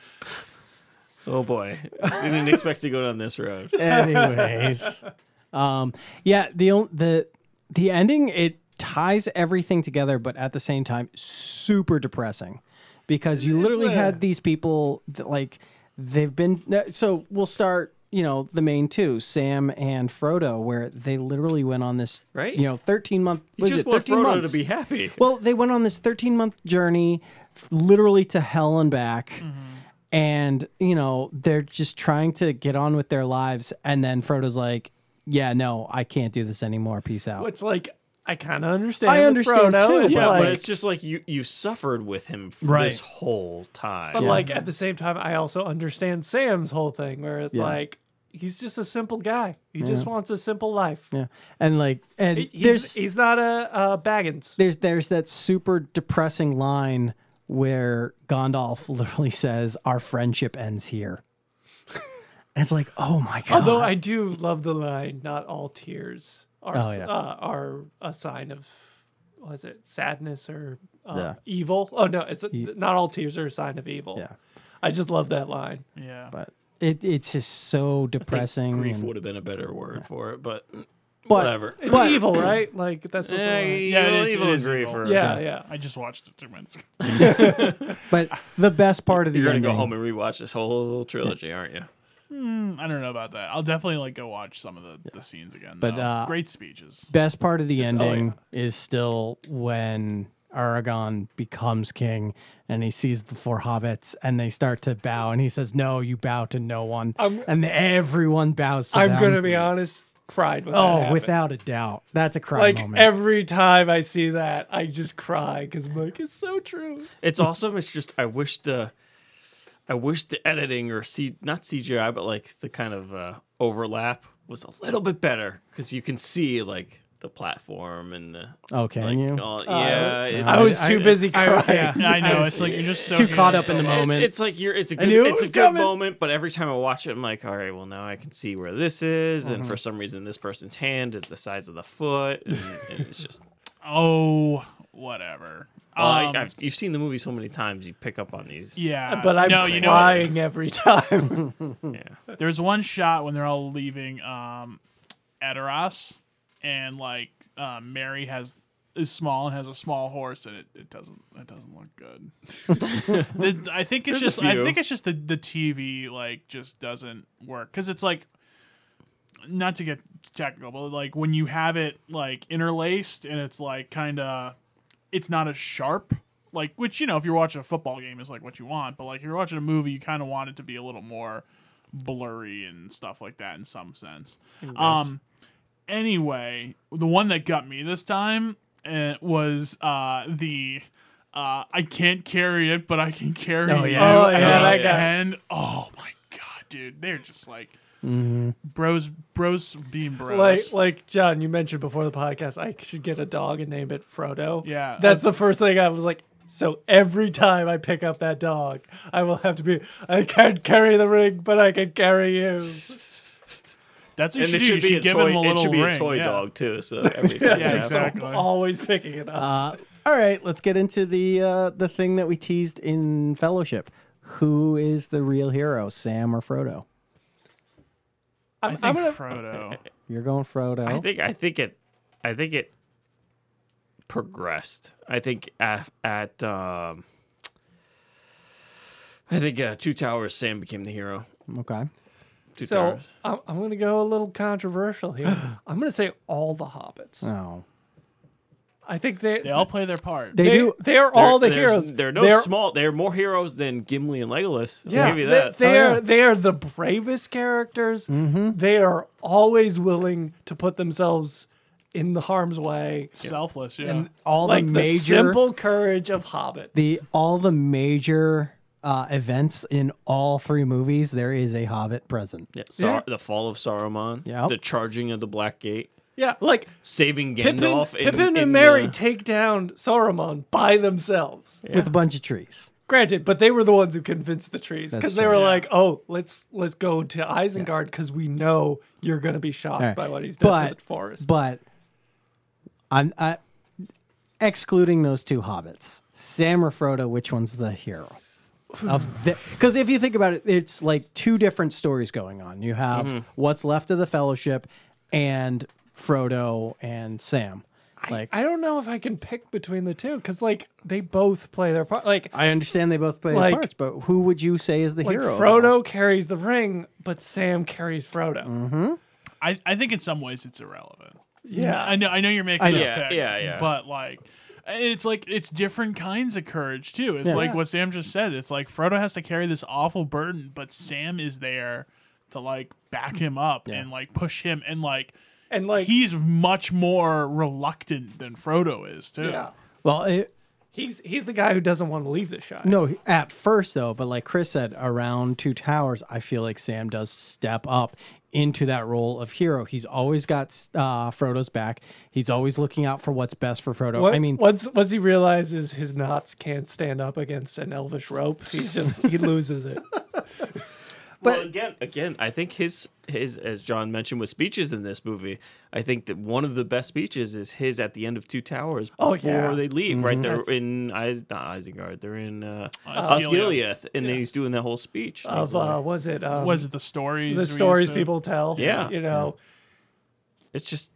A: oh boy. Didn't expect to go down this road.
D: Anyways, um, yeah, the on- the the ending it ties everything together, but at the same time, super depressing because you literally
B: a-
D: had these people that like they've been. no, So we'll start. you know the main two, Sam and Frodo, where they literally went on this
A: Right.
D: you know thirteen month.
A: You just want
D: thirteen
A: Frodo
D: months.
A: to be happy.
D: Well, they went on this 13 month journey, f- literally to hell and back.
B: Mm-hmm.
D: And, you know, they're just trying to get on with their lives. And then Frodo's like, yeah, no, I can't do this anymore. Peace out.
B: It's like I kind of understand.
D: I
B: with
D: understand
B: Frodo.
D: too,
B: It's
A: yeah,
B: like,
A: but it's just like you you suffered with him f-
D: Right.
A: this whole time.
B: But like at the same time, I also understand Sam's whole thing where it's like he's just a simple guy. He just wants a simple life.
D: Yeah. And like, and
B: He- He's,
D: there's,
B: he's not a uh, Baggins.
D: there's, there's that super depressing line where Gandalf literally says, our friendship ends here. and it's like, oh my God.
B: Although I do love the line, "Not all tears are
D: Oh, yeah.
B: uh, are a sign of was it sadness or uh,
D: Yeah.
B: evil? Oh no, it's not all tears are a sign of evil.
D: Yeah.
B: I just love that line.
C: Yeah.
D: but it, it's just so depressing.
A: Grief
D: and-
A: would have been a better word for it, but
D: but-
A: whatever.
B: It's
D: But-
B: evil, right? Like that's what. the
A: Eh,
B: line-
C: Yeah, it
A: you'll
C: is-
A: even
C: it is
A: agree
C: evil.
A: for-
B: yeah, yeah.
C: I just watched it two minutes ago.
D: But the best part of the
A: You're gonna
D: ending,
A: go home and rewatch this whole trilogy, aren't you?
C: I don't know about that. I'll definitely like go watch some of the, the scenes again.
D: But,
C: though.
D: uh,
C: great speeches.
D: best part of the
B: oh,
D: ending is still when Aragon becomes king and he sees the four hobbits and they start to bow and he says, "No, you bow to no one," and the- everyone bows. To
B: I'm
D: them.
B: gonna be honest. Cried when that
D: Oh,
B: happened.
D: without a doubt, that's a cry
B: like
D: moment.
B: every time I see that, I just cry because I'm like, it's so true.
A: It's awesome. It's just I wish the I wish the editing or C not CGI but like the kind of uh, overlap was a little bit better because you can see like the platform and the
D: oh, can
A: like,
D: you?
A: all- yeah. it's-
B: I was too busy crying.
C: Yeah, I know. It's like you're just so
D: Too caught
C: in it
D: up
C: so
D: in the
C: much.
D: moment.
A: It's, it's like you're. It's a good.
D: knew it
A: It's a
D: was
A: good
D: coming.
A: moment, but every time I watch it, I'm like, all right, well now I can see where this is, and
D: Mm-hmm.
A: for some reason this person's hand is the size of the foot, and, and it's just.
C: Oh, whatever.
A: Well, I-
C: Um,
A: I've, you've seen the movie so many times, you pick up on these.
C: yeah,
B: But I'm
C: no, you know, what?
B: crying every time.
A: yeah.
C: There's one shot when they're all leaving um Edoras and like um, Mary has is small and has a small horse and it, it doesn't it doesn't look good. The- I think it's
A: There's a
C: just I
A: few.
C: think it's just the the TV like just doesn't work cuz it's like not to get technical but like when you have it like interlaced and it's like kind of it's not as sharp like which you know if you're watching a football game is like what you want but like if you're watching a movie you kind of want it to be a little more blurry and stuff like that in some sense um anyway the one that got me this time uh, was uh the uh i can't carry it but i can carry
D: Oh,
C: you.
D: yeah.
B: Oh, yeah, that guy.
C: and oh my god dude they're just like
B: Mm-hmm.
C: bros bros being bros
B: like, like John, you mentioned before the podcast, I should get a dog and name it Frodo.
C: Yeah.
B: that's the first thing I was like. So every time I pick up that dog, I will have to be. I can't carry the ring, but I can carry you.
C: that's what
A: And
C: you
A: it
C: should do. You
A: should be
C: should
A: a
C: give
A: toy.
C: him a
A: It
C: little
A: should be
C: ring.
A: a toy
C: yeah.
A: dog too. So everything.
C: Yeah,
B: So I'm
C: exactly.
B: always picking it up.
D: Uh, all right, let's get into the uh, the thing that we teased in Fellowship. Who is the real hero, Sam or Frodo?
B: I'm,
C: I
B: I'm
C: think
B: gonna.
C: Frodo.
D: You're going Frodo.
A: I think I think it I think it progressed. I think at, at um I think uh, Two Towers Sam became the hero.
D: okay.
A: Two
B: so
A: Towers.
B: I'm, I'm gonna go a little controversial here. I'm gonna say all the hobbits.
D: Oh.
B: I think they
C: They all play their part.
D: They,
B: they,
D: do.
B: They are all the
A: There- there's-
B: heroes.
A: They're no small. They're more heroes than Gimli and Legolas. I'll
B: Yeah,
A: give you
B: they-
A: that.
B: They,
D: Oh,
B: are
D: yeah. Mm-hmm.
B: they are the bravest characters. They are always willing to put themselves in the harm's way.
C: Selfless, yeah.
D: And all
B: Like
D: the
B: the,
D: major
B: simple courage of hobbits.
D: the all the major uh, events in all three movies, there is a Hobbit present.
A: yeah, Sar-
B: yeah.
A: The fall of Sauron.
D: Yep.
A: The charging of the Black Gate.
B: yeah, like
A: Saving
B: Pippin,
A: Gandalf. in-
B: Pippin
A: in
B: and Mary
A: the-
B: take down Saruman by themselves.
D: With a bunch of trees.
B: Granted, but they were the ones who convinced the trees
D: That's
B: because they
D: true.
B: were like, "Oh, let's let's go to Isengard because we know you're gonna be shocked
D: All right.
B: by what he's done
D: But
B: to the forest."
D: but I'm I, excluding those two hobbits, Sam or Frodo. Which one's the hero? Because if you think about it, it's like two different stories going on. You
B: Mm-hmm.
D: have what's left of the Fellowship, and Frodo and Sam. Like I,
B: I don't know if I can pick between the two because like they both play their part. Like
D: understand they both play
B: Like-
D: their parts, but who would you say is the
B: like
D: hero?
B: Frodo carries the ring, but Sam carries Frodo.
D: Mm-hmm.
C: I, I think in some ways it's irrelevant.
B: Yeah,
C: I know I know you're making
D: I
C: this
A: know.
C: pick.
A: Yeah, yeah, yeah.
C: But like it's like it's different kinds of courage too. It's like what Sam just said. It's like Frodo has to carry this awful burden, but Sam is there to like back him up and like push him and like
B: and like
C: he's much more reluctant than Frodo is too.
B: yeah,
D: Well, it,
B: he's he's the guy who doesn't want to leave the shot.
D: No, at first though, but like Chris said, around Two Towers, I feel like Sam does step up into that role of hero. He's always got uh, Frodo's back. He's always looking out for what's best for Frodo.
B: What-
D: I mean,
B: once once he realizes his knots can't stand up against an elvish rope, he's just he loses it.
A: But well, again, again, I think his his as John mentioned with speeches in this movie, I think that one of the best speeches is his at the end of Two Towers before
B: Oh, yeah.
A: they leave.
D: Mm-hmm.
A: Right, they're in Is- not Isengard, they're in uh,
C: Osgiliath.
A: Osgiliath, and then he's doing that whole speech. He's
B: Of
A: like-
B: uh, was it um,
C: Was it the stories? we
B: the
C: used
B: stories
C: to-
B: people tell?
A: Yeah.
B: you know,
A: it's just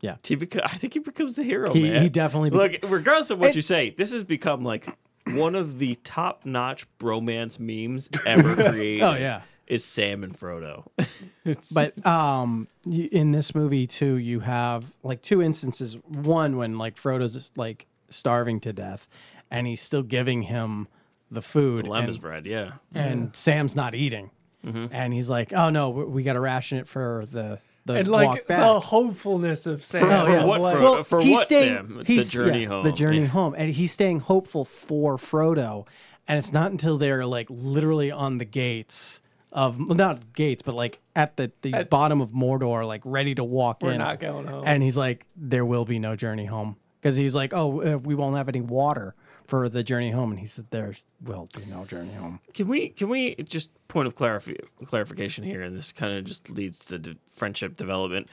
D: Yeah.
A: He beco- I think he becomes the hero.
D: He-
A: man.
D: he definitely bec-
A: look. Regardless of what
D: It-
A: you say, this has become like one of the top notch bromance memes ever created.
D: Oh, yeah.
A: is Sam and Frodo.
D: but um, you, in this movie too, you have like two instances. One when like Frodo's like starving to death, and he's still giving him the food.
A: Lamb's
D: and-
A: bread, yeah.
D: and Sam's not eating, and he's like, "Oh no, we, we got to ration it for the the
B: and
D: walk
B: like
D: back."
B: the hopefulness of Sam. Oh,
A: For
B: yeah,
A: what
B: like-
A: Frodo?
D: well,
A: for
D: he's
A: what,
D: staying,
A: Sam? The
D: he's-
A: journey
D: The
A: home,
D: journey
A: yeah.
D: home. And he's staying hopeful for Frodo. And it's not until they're like literally on the gates of well, not gates, but like at the, the bottom of Mordor, like ready to walk
B: We're
D: in.
B: not going home.
D: And he's like, there will be no journey home. Because he's like, oh, uh, we won't have any water for the journey home. And he said, there will be no journey home.
A: Can we can we just point of clarif- clarification here, and this kind of just leads to de- friendship development.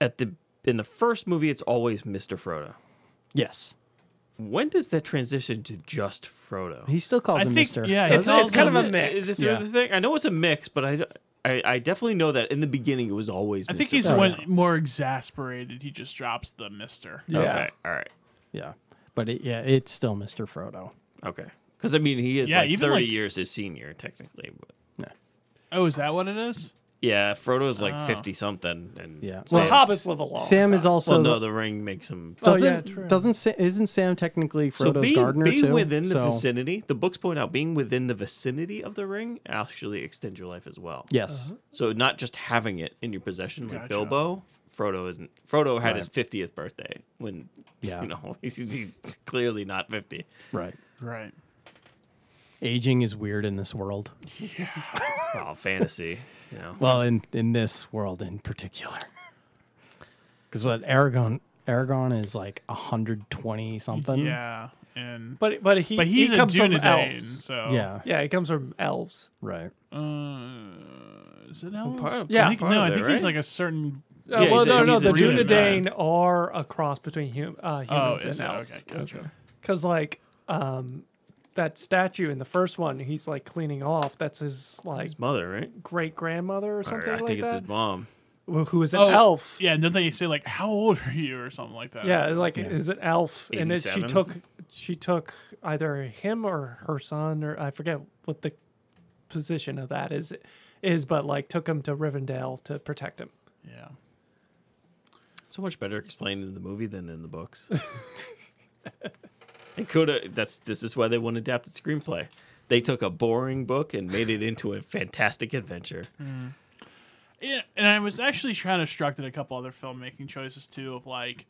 A: At the in the first movie, it's always Mister Frodo.
D: Yes.
A: When does that transition to just Frodo?
D: He still calls
C: I
D: him
C: think
D: Mr.
C: yeah,
B: It's-
C: all-
B: it's kind of a
A: it-
B: mix.
A: Is this
D: Yeah.
A: the other thing? I know it's a mix, but I, don't- I, I definitely know that in the beginning it was always.
C: I
A: Mr.
C: think he's
A: Frodo.
C: when more exasperated. He just drops the Mister.
B: Yeah.
A: Okay, all right,
D: Yeah. But it, yeah, it's still Mr. Frodo.
A: okay. Because I mean, he is
C: Yeah,
A: like
C: even,
A: thirty
C: like-
A: years his senior technically, but
C: Oh, is that what it is?
A: yeah, Frodo's like
C: Oh.
A: fifty something, and
D: Yeah.
B: well,
A: Sam's-
B: hobbits live a long
D: Sam is
B: time.
D: also
A: well,
D: the-
A: no, the ring makes him
B: Oh,
D: Doesn't,
B: yeah, true.
D: doesn't Sa- isn't Sam technically Frodo's
A: being,
D: gardener
A: being
D: too?
A: within the
D: So-
A: vicinity, the books point out being within the vicinity of the ring actually extends your life as well.
D: Yes.
B: Uh-huh.
A: So not just having it in your possession like
C: Gotcha.
A: Bilbo. Frodo isn't. Frodo had his fiftieth birthday when.
D: Yeah.
A: You know he's, he's clearly not fifty.
D: Right.
C: Right.
D: Aging is weird in this world.
A: Oh, fantasy. You know.
D: Well, in in this world in particular. Because what Aragon Aragon is like 120 something.
C: Yeah. And
B: But but he
C: but he's
B: he
C: a
B: comes from
C: Dunedain,
B: elves.
C: so
D: Yeah.
B: Yeah, he comes from elves.
D: Right.
C: Uh, is it elves?
A: part of-
C: I
B: Yeah.
C: think,
A: part
C: no,
A: of
C: I
A: it,
C: think he's
A: right?
C: like a certain.
B: Uh,
A: Yeah,
B: well,
A: he's a-
B: no, no,
A: he's a
B: the
A: Dunedain.
B: Dunedain are a cross between hum, uh,
C: Oh,
B: humans
C: is
B: and
C: it?
B: elves.
C: Okay, gotcha.
B: Because like um, that statue in the first one, he's like cleaning off. That's his like
A: His mother, right?
B: great grandmother or
A: Or
B: something
A: I
B: like
A: think it's
B: that,
A: his mom.
B: who- who is an
C: Oh,
B: elf.
C: Yeah, and then they say like, "How old are you?" or something like
D: Uh,
C: that.
B: Yeah, like is an elf, and it, she
A: 87?
B: took she took either him or her son, or I forget what the position of that is is, but like took him to Rivendell to protect him.
C: Yeah.
A: So much better explained in the movie than in the books. and coulda that's this is why they won adapted screenplay. They took a boring book and made it into a fantastic adventure.
C: Yeah, and I was actually trying to struck at a couple other filmmaking choices too of like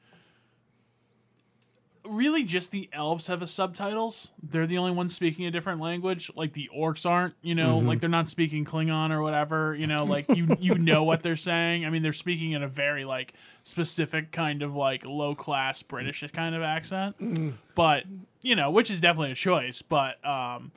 C: really just the elves have a subtitles. They're the only ones speaking a different language. Like the orcs aren't, you know,
B: Mm-hmm.
C: like they're not speaking Klingon or whatever, you know, like you you know what they're saying. I mean, they're speaking in a very like specific kind of like low class British kind of accent.
B: Mm.
C: But, you know, which is definitely a choice, but um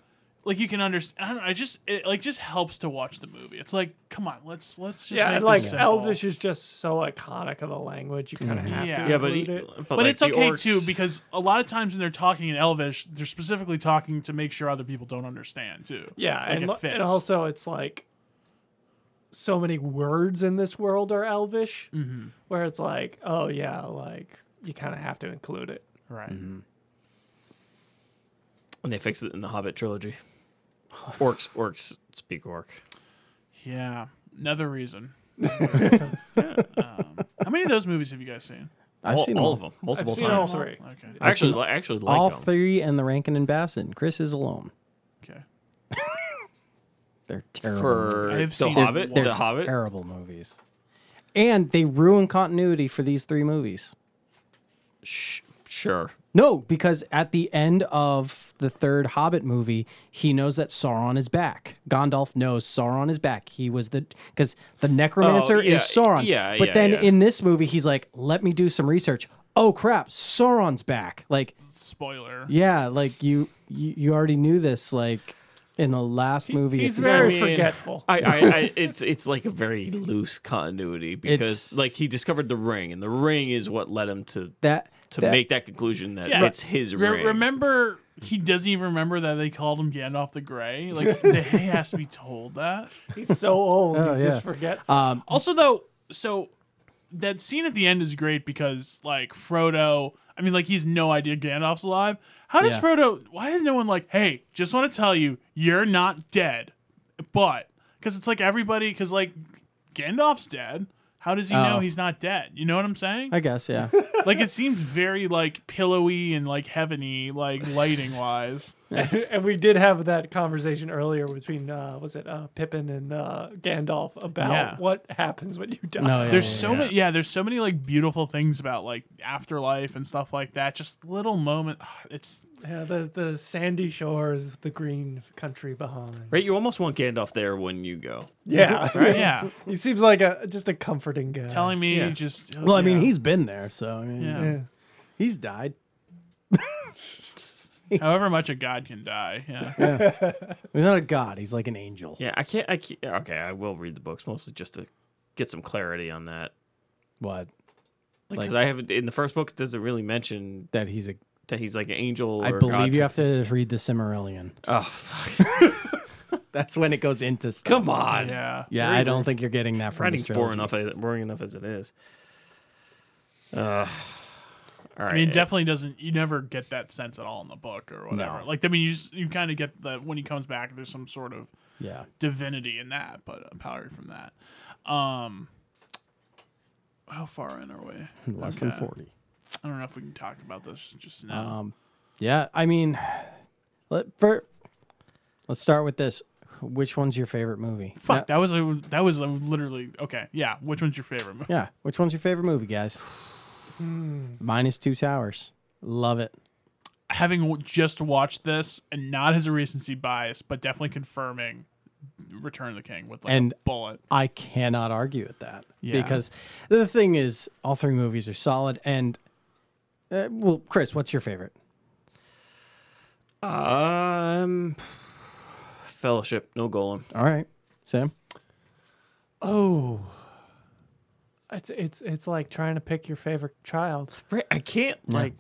C: like you can understand, I don't know. It just it like just helps to watch the movie. It's like, come on, let's let's just
B: Yeah,
C: make
B: and
C: this
B: like
C: simple.
B: Elvish is just so iconic of a language, you
D: Mm-hmm.
B: kind of have
C: Yeah.
B: to
A: Yeah, but, he,
B: include
A: but,
B: it.
C: But
A: like,
C: it's
A: the
C: okay
A: orcs-
C: too because a lot of times when they're talking in Elvish, they're specifically talking to make sure other people don't understand too.
B: Yeah,
C: like
B: and,
C: it
B: lo-
C: fits.
B: and also it's like so many words in this world are elvish,
C: Mm-hmm.
B: where it's like, oh yeah, like you kind of have to include it.
C: Right.
A: Mm-hmm. And they fix it in the Hobbit trilogy. Orcs, orcs speak orc.
C: Yeah. Another reason. um, how many of those movies have you guys seen?
D: I've
A: all,
D: seen
A: all
D: all
A: of them, multiple
B: I've seen all
A: times.
B: three.
C: Okay.
A: I actually, I actually like
D: all
A: them.
D: three and the Rankin and Bass, and Chris is alone.
C: Okay.
D: They're terrible.
A: for
C: I've
A: the
C: seen
A: Hobbit,
C: it
A: the
C: once.
A: Hobbit.
D: terrible movies. And they ruin continuity for these three movies.
A: Sh- sure.
D: No, because at the end of the third Hobbit movie, he knows that Sauron is back. Gandalf knows Sauron is back. He was the because the necromancer
A: Oh, yeah,
D: is Sauron.
A: yeah,
D: but
A: yeah,
D: then
A: yeah.
D: in this movie, he's like, "Let me do some research." Oh crap, Sauron's back. Like,
C: Spoiler.
D: yeah, like you you, you already knew this. Like in the last movie,
B: He's
D: it's-
B: very
A: I mean,
B: forgetful.
A: I, I, I, it's it's like a very loose continuity because
D: It's-
A: like he discovered the ring, and the ring is what led him to
D: that
A: to
D: that-
A: make that conclusion that
C: Yeah.
A: it's his
C: Re-
A: ring.
C: remember, he doesn't even remember that they called him Gandalf the Grey. Like, he has to be told that.
B: He's so old,
D: Oh,
B: he's
D: yeah.
B: just forgetful.
C: Also, though, so that scene at the end is great because, like, Frodo. I mean, like, he's no idea Gandalf's alive. How does
D: Yeah.
C: Frodo? Why is no one like, hey, just want to tell you, you're not dead, but because it's like everybody, because like Gandalf's dead. How does he know
D: Oh.
C: he's not dead? You know what I'm saying?
D: I guess yeah.
C: like, it seems very like pillowy and like heaveny, like lighting wise.
B: and we did have that conversation earlier between uh, was it uh, Pippin and uh, Gandalf about
C: Yeah.
B: what happens when you die.
D: No, yeah,
C: There's
D: yeah,
C: so many, yeah. There's so many like beautiful things about like afterlife and stuff like that. Just little moment. It's
B: Yeah, the the sandy shores, the green country behind.
A: right? You almost want Gandalf there when you go.
B: Yeah, right.
C: yeah.
B: He seems like a just a comforting guy.
C: telling me
A: Yeah.
C: just
D: Well, I mean,
C: yeah.
D: he's been there, so I mean,
C: Yeah.
B: Yeah.
D: he's died.
C: however much a god can die yeah
D: He's not a god. He's like an angel.
A: Yeah, I can't. I can't, okay. I will read the books mostly just to get some clarity on that
D: What?
A: because I haven't in the first book it doesn't really mention
D: That he's a.
A: that he's like an angel.
D: I
A: or
D: believe
A: God.
D: you have to read the Cimmerillion.
A: Oh, fuck.
D: That's when it goes into stuff.
A: come on.
C: yeah
D: Yeah, I don't think you're getting that from
A: Writing's
D: this
A: boring
D: trilogy.
A: enough, boring enough as it is. Uh, all right.
C: I mean, definitely doesn't. You never get that sense at all in the book or whatever.
D: No.
C: Like, I mean, you just, you kind of get that when he comes back. There's some sort of
D: Yeah.
C: divinity in that, but empowered from that. Um, how far in are we?
D: Less than
C: Okay.
D: 40.
C: I don't know if we can talk about this just now.
D: Um, yeah, I mean, let, for, let's start with this. Which one's your favorite movie?
C: Fuck,
D: No-
C: that was a that was a literally okay. Yeah, which one's your favorite movie?
D: yeah, which one's your favorite movie, guys? Mine is Two Towers. Love it.
C: having w- just watched this and not as a recency bias, but definitely confirming Return of the King with like
D: And-
C: a bullet.
D: I cannot argue with that
C: Yeah.
D: because the thing is, all three movies are solid. And uh, well, Chris, what's your favorite?
A: Um, Fellowship, no golem.
D: All right, Sam.
B: Oh. It's it's it's like trying to pick your favorite child.
A: Right, I can't like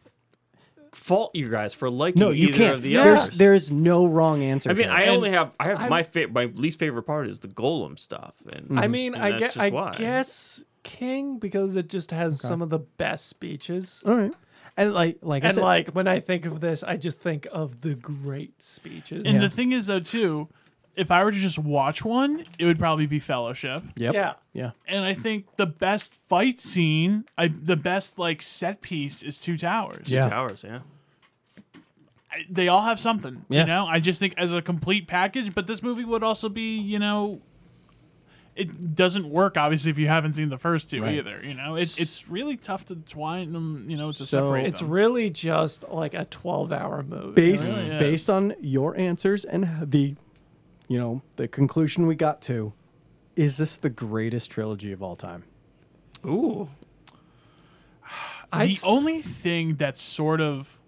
A: fault you guys for liking
D: No, you
A: either
D: can't.
A: of the
D: there's
A: others.
D: there's no wrong answer.
A: I mean,
D: here.
A: I only have I have
B: I'm-
A: my fa- my least favorite part is the golem stuff.
D: Mm-hmm.
A: And
B: I mean,
A: Mm-hmm. And
B: I
A: that's
B: guess
A: just
B: I
A: why.
B: guess King because it just has some of the best speeches.
D: all right. And like like I
B: And
D: said,
B: like when I think of this, I just think of the great speeches.
C: And the thing is though too, if I were to just watch one, it would probably be Fellowship.
D: yep,
B: Yeah.
D: yeah.
C: And I think the best fight scene, I, the best like set piece is Two Towers.
D: Yeah.
A: towers, yeah.
C: I- they all have something.
D: Yeah.
C: You know, I just think as a complete package. But this movie would also be, you know, it doesn't work obviously if you haven't seen the first two
D: Right.
C: either. You know, it, it's really tough to twine them. You know, to
D: So-
C: separate.
B: It's
C: them.
B: really just like a 12-hour movie.
D: Based
C: really is.
D: based on your answers and the, you know, the conclusion we got to, is this the greatest trilogy of all time?
A: Ooh,
B: I'd
C: the
B: s-
C: only thing that sort of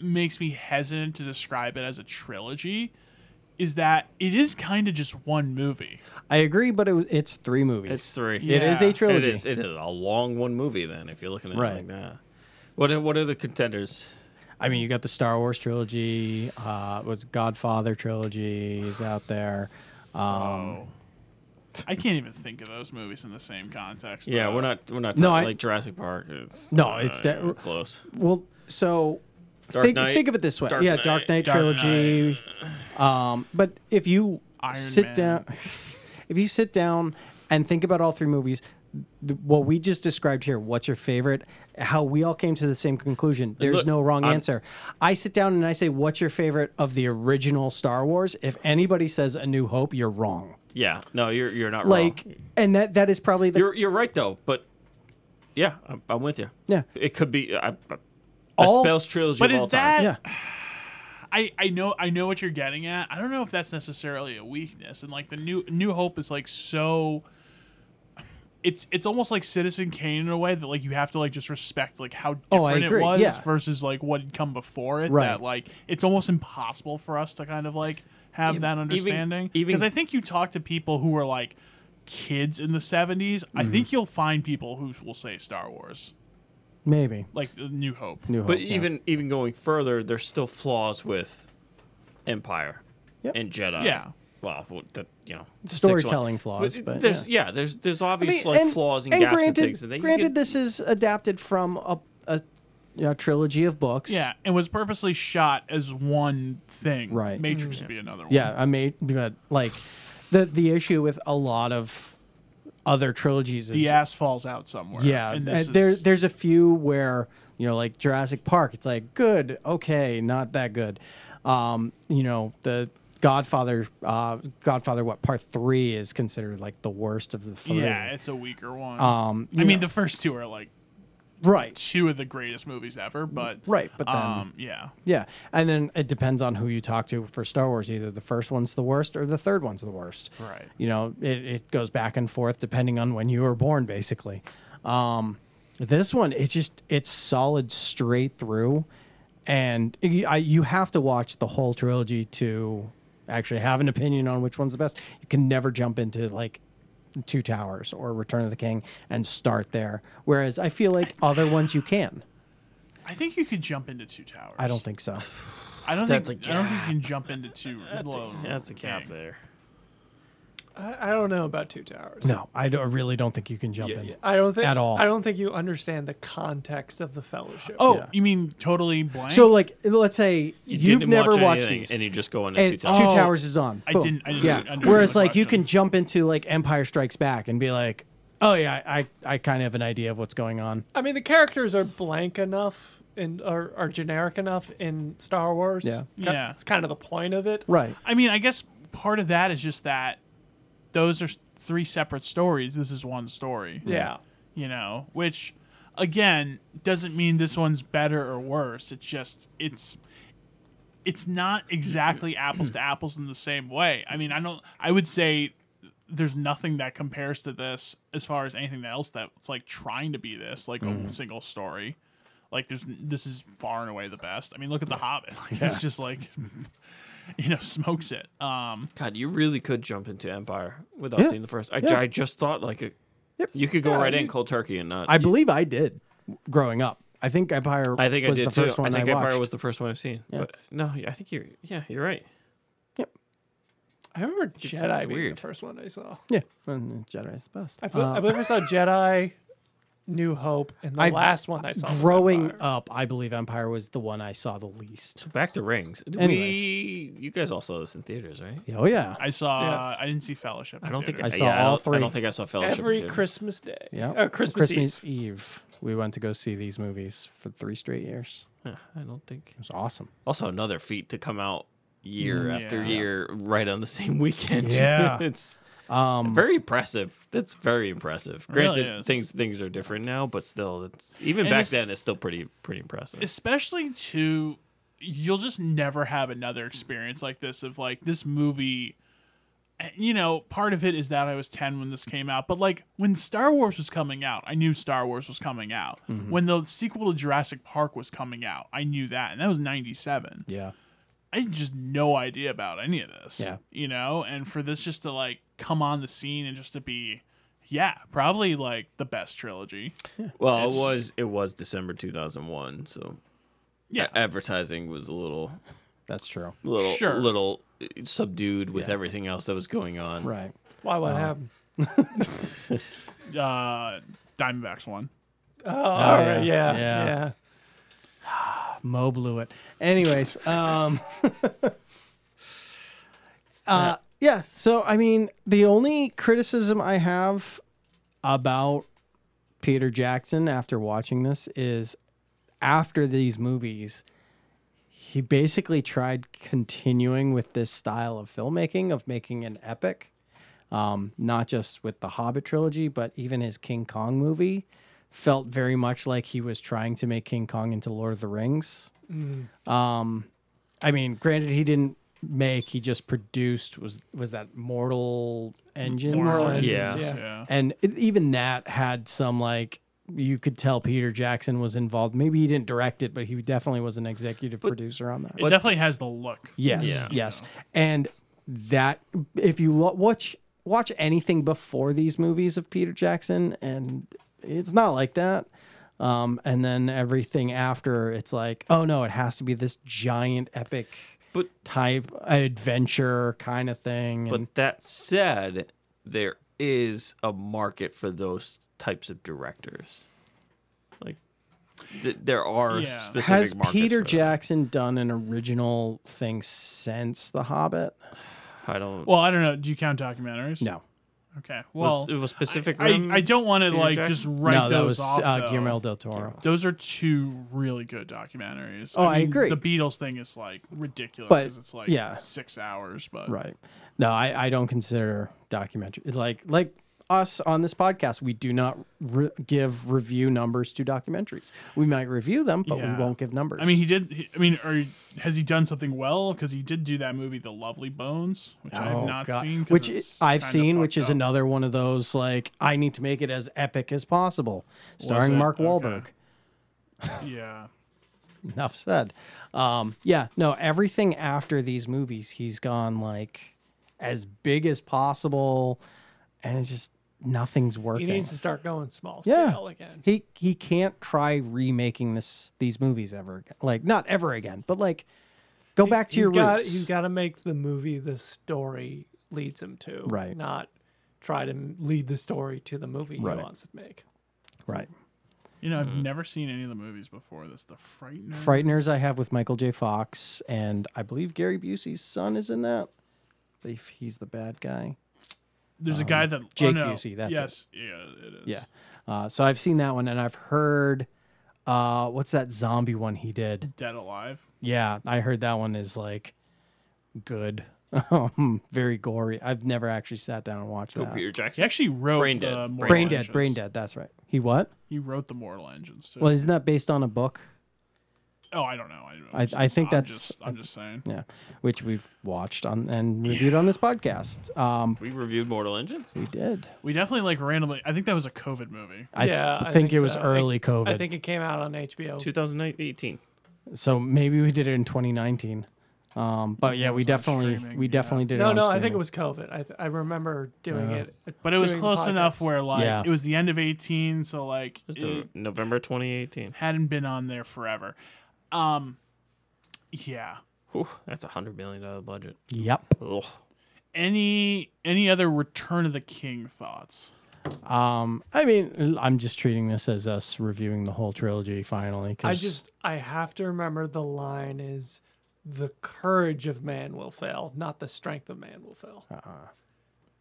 C: makes me hesitant to describe it as a trilogy is that it is kind of just one movie.
D: I agree, but it was it's three movies.
A: it's three.
D: It is
C: Yeah.
D: a
C: It
A: It
D: trilogy.
A: is it is a long one movie then if you're looking at
D: Right.
A: it like that. What are, what are the contenders?
D: I mean, you got the Star Wars trilogy, uh, was Godfather trilogy is out there. Um,
C: I can't even think of those movies in the same context.
A: Yeah,
C: though.
A: we're not we're not
D: No,
A: talking
D: I-
A: like Jurassic Park. It's,
D: No, it's that-
A: even close.
D: Well, so
A: Dark
D: think,
A: Knight,
D: think of it this way.
A: Dark
D: yeah,
A: Knight,
D: Dark Knight
C: Dark
D: trilogy. Um, but if you
C: Iron
D: sit
C: Man.
D: down, if you sit down and think about all three movies, th- what we just described here, what's your favorite? How we all came to the same conclusion. There's
A: look,
D: no wrong
A: I'm-
D: answer. I sit down and I say, what's your favorite of the original Star Wars? If anybody says A New Hope, you're wrong.
A: Yeah, no, you're you're not
D: Like,
A: wrong.
D: and that that is probably the
A: Oh. You're you're right though, but yeah, I'm, I'm with you.
D: Yeah.
A: it could be I, I,
D: All-
A: a spouse trilogy.
C: But
A: of
C: is
A: all time.
C: that?
D: yeah.
C: I, I know I know what you're getting at. I don't know if that's necessarily a weakness. And like the new New Hope is like so. It's it's almost like Citizen Kane in a way that like you have to like just respect like how
D: Oh, I
C: different it
D: agree,
C: was
D: yeah.
C: versus like what had come before it.
D: Right.
C: That like it's almost impossible for us to kind of like have that understanding.
A: even-
C: Because I think you talk to people who were like kids in the 70s.
D: Mm-hmm.
C: I think you'll find people who will say Star Wars
D: maybe
C: like the New Hope.
D: New Hope.
A: But
D: yeah.
A: even even going further, there's still flaws with Empire
D: Yep.
A: and Jedi.
C: Yeah.
A: Well, well, that you know, the sixth one.
D: storytelling flaws, but
A: there's yeah. there's there's obvious like flaws and, gaps
D: granted,
A: and things. And they, you
D: granted,
A: could-
D: this is adapted from a, a you know, trilogy of books.
C: Yeah, and was purposely shot as one thing.
D: Right.
C: Matrix
A: Mm-hmm.
C: would be another one.
D: yeah. I made but like the the issue with a lot of other trilogies is
C: The ass falls out somewhere.
D: yeah.
C: And
D: And
C: this
D: there,
C: is-
D: there's a few where you know, like Jurassic Park. It's like good, okay, not that good. Um, you know the. Godfather, uh, Godfather, what part three is considered like the worst of the three?
C: yeah, it's a weaker one.
D: Um,
C: I
D: you
C: mean,
D: know.
C: the first two are like
D: right,
C: two of the greatest movies ever, but
D: Mm, right. But then,
C: um, yeah,
D: Yeah, and then it depends on who you talk to for Star Wars. Either the first one's the worst, or the third one's the worst.
C: Right.
D: You know, it, it goes back and forth depending on when you were born, basically. Um, this one, it's just it's solid straight through, and you, I, you have to watch the whole trilogy to actually have an opinion on which one's the best. You can never jump into like Two Towers or Return of the King and start there. Whereas I feel like other ones you can.
C: I think you could jump into Two Towers.
D: I don't think so.
C: I don't
A: That's
C: think.
A: a
C: I don't think you can jump into Two. That's,
A: that's a cap there.
B: I, I don't know about Two Towers.
D: No, I, don't- I really don't think you can jump in.
B: I don't think
D: At all.
B: I don't think you understand the context of the Fellowship.
C: Oh,
D: Yeah.
C: you mean totally blank?
D: So, like, let's say
A: You
D: you have never watched
A: anything,
D: these,
A: and
D: and,
A: you just go into two
D: it's-
A: times.
D: Two
C: Oh,
D: Towers is on.
C: I
D: Boom.
C: didn't- I didn't understand
D: Yeah.
C: the
D: Whereas, like, you
C: question.
D: can jump into like Empire Strikes Back and be like, oh yeah, I I kind of have an idea of what's going on.
B: I mean, the characters are blank enough and are, are generic enough in Star Wars.
D: Yeah.
B: Ki-
C: Yeah.
B: It's kind of the point of it.
D: Right.
C: I mean, I guess part of that is just that those are s- three separate stories. This is one story.
B: Yeah.
C: you know, which again doesn't mean this one's better or worse. It's just it's it's not exactly apples to apples in the same way. I mean, I don't I would say there's nothing that compares to this as far as anything else that's like trying to be this like a single story. Like there's this is far and away the best. I mean, look at the Hobbit. Like it's just like you know, smokes it. Um
A: God, you really could jump into Empire without
D: Yeah.
A: seeing the first. I,
D: Yeah.
A: I just thought like a, you could go right in cold turkey and not.
D: I believe I did growing up. I think Empire.
A: I think
D: was
A: I did
D: the first
A: too.
D: one
A: I
D: I,
A: think
D: watched.
A: Empire was the first one I've seen. But no, I think you're. Yeah, you're right.
B: I remember Jedi being
A: weird.
B: the first one I saw.
D: yeah, and Jedi is the best. Um,
B: I, bel- I believe I saw Jedi, New Hope, and the
D: Uh, I-
B: last one I saw. was
D: Growing
B: Empire.
D: up, I believe Empire was the one I saw the least.
A: Back to rings. Do
D: Anyways.
A: We, you guys all saw this in theaters, right?
D: Oh yeah,
C: I saw
B: Yes.
C: I didn't see Fellowship.
A: I don't think
D: I
C: I,
D: saw
A: yeah,
D: all
A: I don't, I don't
D: three.
A: think I saw Fellowship. in
B: every
A: theaters.
B: Christmas Day. Uh,
D: yeah.
B: Or Christmas, Eve.
D: Oh, Eve. we went to go see these movies for three straight years.
A: Yeah, I don't think.
D: It was awesome.
A: Also, another feat to come out year
C: Mm,
A: after
C: yeah.
A: year, right on the same weekend.
D: Yeah.
A: it's
D: Um,
A: very impressive. That's very impressive.
C: really
A: Granted,
C: is.
A: things things are different now, but still, it's even
C: And
A: back
C: it's-
A: then, it's still pretty pretty impressive.
C: especially to you'll just never have another experience like this of like this movie eh, you know part of it is that i was 10 when this came out but like when star wars was coming out i knew star wars was coming out
D: Mm-hmm.
C: when the sequel to jurassic park was coming out i knew that and that was 97
D: yeah.
C: i had just no idea about any of this
D: Yeah.
C: you know and for this just to like come on the scene and just to be yeah probably like the best trilogy
A: Well, it
C: It's-
A: was it was December two thousand one, so
C: yeah
A: advertising was a little
D: That's true.
A: little
C: Sure.
A: little uh, subdued with everything else that was going on.
D: Right.
B: Why? What happened?
C: uh, Diamondbacks won.
B: All right,
D: yeah,
B: yeah,
D: yeah.
B: yeah.
D: Mo blew it. Anyways, um, uh, yeah. So I mean, the only criticism I have about Peter Jackson after watching this is after these movies, he basically tried continuing with this style of filmmaking of making an epic. Um, not just with the Hobbit trilogy, but even his King Kong movie felt very much like he was trying to make King Kong into Lord of the Rings. Um, I mean, granted, he didn't make; he just produced. Was was that Mortal Engines?
C: Mortal
D: or-
A: Engines.
B: Yeah.
A: Yeah.
C: Yeah.
D: and it, even that had some like you could tell Peter Jackson was involved. Maybe he didn't direct it, but he definitely was an executive producer on that.
C: It definitely has the look.
D: Yes,
A: Yeah.
D: yes, and that if you lo- watch watch anything before these movies of Peter Jackson, and it's not like that. Um, and then everything after, it's like, oh no, it has to be this giant epic
A: But
D: type adventure kind of thing. And
A: But that said, there is a market for those types of directors. Like, th- there are
C: Yeah.
A: specific
D: has
A: markets
D: Peter
A: for that.
D: Jackson done an original thing since The Hobbit?
A: I don't.
C: Well, I don't know. Do you count documentaries?
D: No,
C: Okay.
A: was-
C: Well,
A: it was specific.
C: I,
A: Rim?
C: I don't want to like
A: Jackson?
C: just write
D: no,
C: those
D: that was
C: off.
D: uh,
C: though.
D: Guillermo del Toro.
C: Those are two really good documentaries.
D: Oh, I agree.
C: The Beatles thing is like ridiculous
D: But,
C: because it's like
D: yeah.
C: six hours, but
D: Right. No, I, I don't consider documentary like like us on this podcast. We do not re- give review numbers to documentaries. We might review them, but
C: Yeah.
D: we won't give numbers.
C: I mean, he did. He, I mean, are, has he done something well? Because he did do that movie, The Lovely Bones, which I have
D: Oh,
C: not
D: God.
C: seen. 'cause
D: which
C: it's
D: i- I've
C: kinda
D: seen, which
C: fucked
D: is
C: up.
D: another one of those like I need to make it as epic as possible, starring
C: it?
D: Mark
C: Okay.
D: Wahlberg.
C: Yeah.
D: Enough said. Um, yeah, no, everything after these movies, he's gone like as big as possible, and it's just nothing's
B: He
D: working.
B: needs to start going small
D: Yeah.
B: scale again.
D: he he can't try remaking this these movies ever again. Like not ever again, but like go back to
B: He's
D: your
B: got
D: roots.
B: he's got to make the movie the story leads him to,
D: Right.
B: Not try to lead the story to the movie
D: Right.
B: he wants to make.
D: right.
C: You know, I've
D: Mm-hmm.
C: never seen any of the movies before this. The Frightener.
B: Mm-hmm.
D: Frighteners I have with Michael J. Fox and I believe Gary Busey's son is in that. I believe he's the bad guy.
C: There's a guy that
D: um, Jake
C: oh, no.
D: Busey, that's it.
C: yes, yeah, it is.
D: Yeah. Uh, so I've seen that one and I've heard uh what's that zombie one he did?
C: Dead Alive.
D: Yeah, I heard that one is like good. Um, very gory. I've never actually sat down and watched
A: Go
D: that.
A: Peter
C: He
A: Jackson.
C: actually wrote
A: Brain
C: the
A: Dead.
C: Mortal
D: Brain dead,
C: Engines.
D: brain dead, that's right. He what?
C: He wrote the Mortal Engines too.
D: Well, isn't that based on a book?
C: oh, I don't know. I, don't know.
D: I- I think
C: I'm
D: that's-
C: Just, I'm just saying.
D: Yeah, which we've watched on and reviewed on this podcast. Um,
A: We reviewed Mortal Engines.
D: we did.
C: We definitely like randomly. I think that was a COVID movie.
D: I th-
B: Yeah, I
D: think,
B: think
D: it was
B: so. I-
D: early COVID,
B: I think it came out on HBO.
A: 2018.
D: so maybe we did it in 2019. Um, but yeah,
C: it
D: we
C: was on
D: definitely
C: streaming,
D: we
C: yeah.
D: definitely did it.
B: no,
D: on
B: no, I think
D: streaming.
B: it was COVID. I, th- I remember doing it, uh,
C: But it was
B: doing the
C: close enough
B: podcast.
C: where like
D: Yeah.
C: it was the end of 18, so like
A: It was
C: it
A: the- November 2018.
C: hadn't been on there forever. Um yeah.
A: Whew, that's a hundred million dollar budget.
D: Yep.
A: Ugh.
C: Any any other Return of the King thoughts?
D: Um, I mean, I'm just treating this as us reviewing the whole trilogy finally. 'cause-
B: I just I have to remember the line is the courage of man will fail, not the strength of man will fail.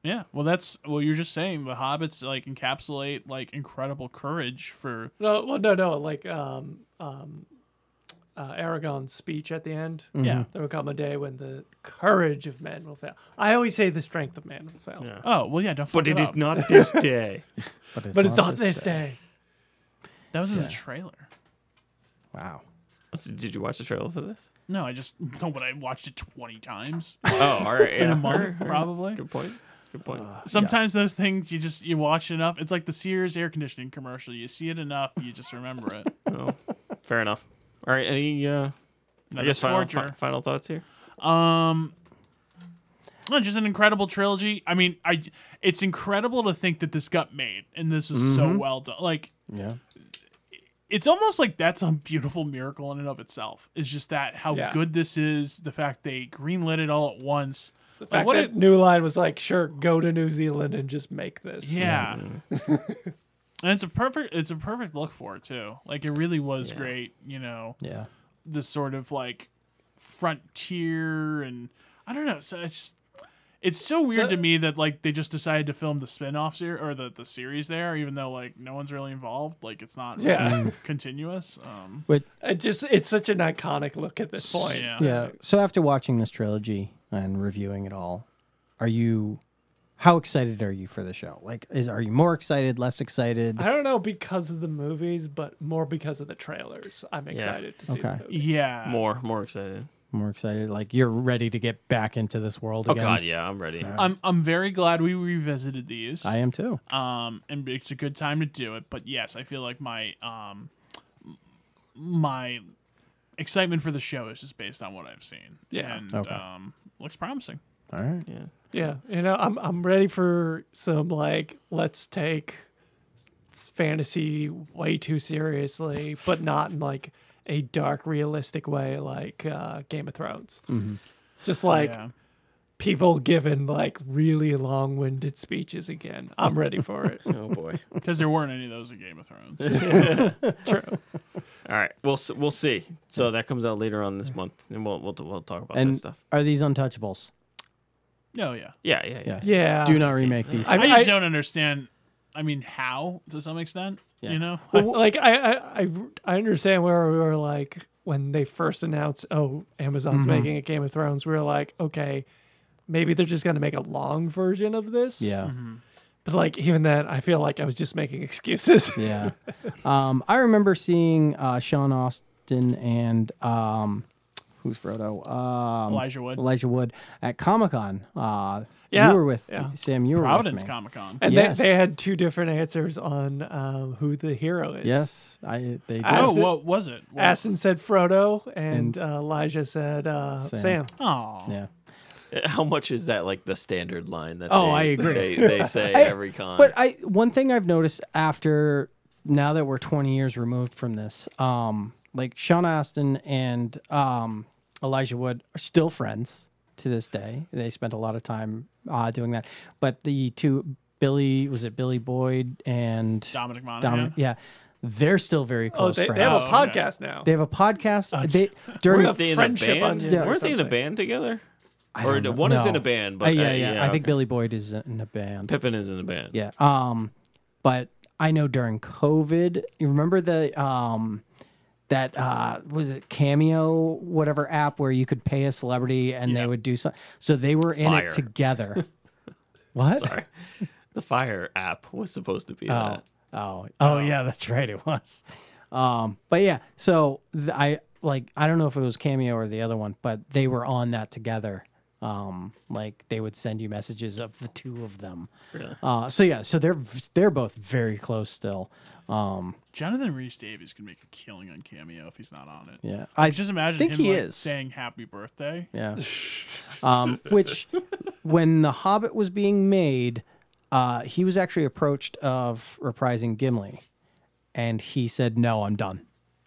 C: Yeah. Well, that's well you're just saying the hobbits like encapsulate like incredible courage for
B: No, well, no, no. Like um, um, uh, Aragon's speech at the end.
C: Yeah.
B: There will come a day when the courage of man will fail. I always say the strength of man will fail,
C: Oh, well yeah, don't fuck
A: But it is
C: up.
A: not this day.
B: but it's not this day.
C: That was in the trailer.
D: Wow.
A: Did you watch the trailer for this?
C: No, I just no, but I watched it 20 times
A: Oh, all right.
C: in
A: yeah.
C: a month probably.
A: Good point. Good point.
C: Sometimes those things you just you watch enough. It's like the Sears air conditioning commercial. You see it enough, you just remember it.
A: Oh, fair enough. All right. Any, uh, I
C: Another
A: guess, final,
C: torture.
A: fi- final thoughts here?
C: Um, no, just an incredible trilogy. I mean, I it's incredible to think that this got made and this was so well done. Like
D: Yeah.
C: it's almost like that's a beautiful miracle in and of itself. It's just that how
B: Yeah.
C: good this is, the fact they greenlit it all at once.
B: The fact
C: what
B: that
C: if-
B: New Line was like, sure, go to New Zealand and just make this.
C: Yeah. and it's a perfect it's a perfect look for it too. Like it really was great, you know,
D: Yeah.
C: this sort of like frontier and I don't know, so it's it's so weird
B: The-
C: to me that like they just decided to film the spin-off series or the, the series there even though like no one's really involved, like it's not
B: Yeah.
C: really continuous. Um
D: But
B: It just it's such an iconic look at this point.
C: yeah.
D: yeah. So after watching this trilogy and reviewing it all, are you how excited are you for the show? Like is are you more excited, less excited?
B: I don't know because of the movies, but more because of the trailers. I'm excited to see
D: Okay.
B: the movie.
C: Yeah.
A: More, more excited.
D: more excited? Like you're ready to get back into this world
A: Oh
D: again?
A: god, yeah, I'm ready.
C: I'm I'm very glad we revisited these.
D: I am too.
C: um and it's a good time to do it but yes i feel like my um my excitement for the show is just based on what i've seen
B: Yeah.
C: and
D: Okay.
C: um looks promising
D: All right.
A: Yeah.
B: Yeah, you know, I'm I'm ready for some like let's take s- fantasy way too seriously, but not in like a dark, realistic way like uh, Game of Thrones.
D: Mm-hmm.
B: Just like
C: yeah.
B: people giving like really long-winded speeches again. I'm ready for it.
A: Oh boy.
C: because there weren't any of those in game of thrones
B: True.
A: All right, we'll s- we'll see. So that comes out later on this month, and we'll we'll, we'll talk about
D: And
A: that stuff.
D: are these untouchables?
C: oh yeah
A: Yeah, yeah, yeah.
D: Yeah.
B: Yeah.
D: Do not remake these.
C: i,
B: I-
C: just
B: I-
C: don't understand i mean how to some extent
D: Yeah.
C: you know
B: Well, like I, I I I understand where we were like when they first announced oh Amazon's
D: Mm-hmm.
B: making a Game of Thrones we were like okay maybe they're just gonna make a long version of this
D: yeah.
B: but like even then I feel like I was just making excuses
D: Yeah. Um, I remember seeing uh, Sean Austin and um, who's Frodo? Um,
C: Elijah Wood.
D: Elijah Wood at Comic Con. Uh,
B: Yeah,
D: You were with
B: yeah.
D: Sam. You were
C: providence
D: with me.
C: comic-con
B: and
D: Yes.
B: they, they had two different answers on um, who the hero is
D: Yes, I. They did.
B: I-
C: oh
B: Aston-
C: what was it What-
B: Aston said Frodo and, uh, Elijah said uh, Sam.
D: Sam.
C: Aw.
D: yeah.
A: How much is that like the standard line that?
D: Oh,
A: they,
D: I agree.
A: They, they say
D: I-
A: every con.
D: But I one thing I've noticed after now that we're 20 years removed from this, um, like Sean Astin and um, Elijah Wood are still friends to this day. They spent a lot of time uh, doing that. But the two Billy was it Billy Boyd and
C: dominic monahan
D: Dominic? Yeah, they're still very
B: oh
D: close
B: they,
D: friends.
B: they have a
C: Oh, okay.
B: podcast now
D: They have a podcast. They during
A: Weren't they in a
B: friendship
A: band?
B: on-
D: Yeah.
A: Weren't they in a
B: something.
A: band together?
D: I
A: or
D: don't
A: no,
D: know.
A: one is in
D: No.
A: a band, but
D: Uh, yeah,
A: uh,
D: yeah, I think
A: okay.
D: Billy Boyd is in a band.
A: Pippin is in a band.
D: Yeah. Um, but I know during COVID, you remember the um that uh was it cameo whatever app where you could pay a celebrity and they
A: Yeah.
D: would do something. So they were in
A: Fire.
D: it together. what?
A: Sorry. The Fire app was supposed to be
D: Oh,
A: that.
D: oh, oh, yeah, that's right. It was. Um, but yeah, so th- I like I don't know if it was Cameo or the other one, but they were on that together. Um, like they would send you messages of the two of them.
A: Really?
D: Uh, so yeah, so they're v- they're both very close still. Um,
C: jonathan reese davies could make a killing on cameo if he's not on it
D: yeah, I
C: just imagine
D: think
C: him
D: he
C: like,
D: is.
C: saying happy birthday
D: Yeah. um, which, when The Hobbit was being made, uh, he was actually approached of reprising Gimli, and he said, "No, I'm done.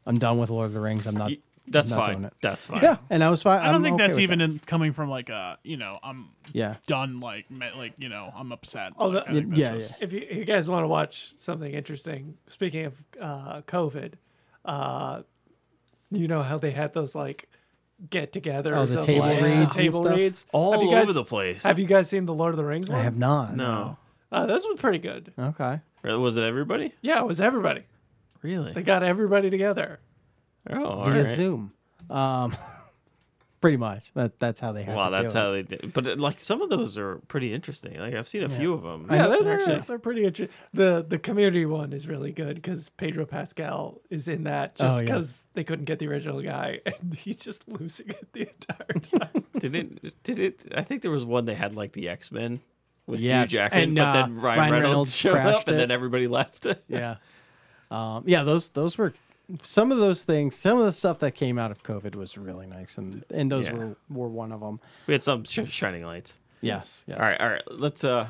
D: I'm done with Lord of the Rings. I'm not."
A: Y- That's
D: I'm not
A: fine.
D: doing it.
A: That's fine.
D: Yeah, and I was fine.
C: I don't think that's even in, coming from like a you know I'm
D: Yeah.
C: done like me, like you know I'm upset.
B: Oh,
C: Like,
B: that-
C: I think that's
D: Yeah,
C: just-
B: if you, you guys want to watch something interesting, speaking of uh, COVID, uh, you know how they had those like get togethers.
D: Oh, the
B: of,
D: table
B: like,
D: reads and
B: table
D: stuff?
B: reads.
A: All
B: Have you
A: over
B: guys-
A: the place.
B: Have you guys seen the Lord of the Rings? One?
D: I have not.
A: No.
B: Uh, this was pretty good.
D: Okay.
A: Really? Was it everybody?
B: Yeah, it was everybody.
A: Really?
B: They got everybody together.
A: oh, all
D: Via
A: right.
D: Zoom. Um, pretty much. That that's how they had
A: Wow,
D: to
A: that's
D: do it.
A: how they did. But uh, like some of those are pretty interesting. Like I've seen a few of them.
B: Yeah,
D: know-
B: they're, they're,
A: actually-
B: they're pretty interesting. The the community one is really good because Pedro Pascal is in that
D: Oh,
B: just
D: yeah.
B: because they couldn't get the original guy and he's just losing it the entire time.
A: Did it? Did it? I think there was one they had like the X Men with
D: Yes,
A: Hugh Jackman,
D: and,
A: but
D: uh,
A: then Ryan,
D: Ryan
A: Reynolds,
D: Reynolds
A: showed up,
D: crashed
A: and
D: it.
A: then everybody left.
D: Yeah. Um, yeah, those those were some of those things. Some of the stuff that came out of COVID was really nice, and and those
A: Yeah.
D: were were one of them.
A: we had some sh- shining lights.
D: Yes. yes.
A: All right, all right. Let's uh,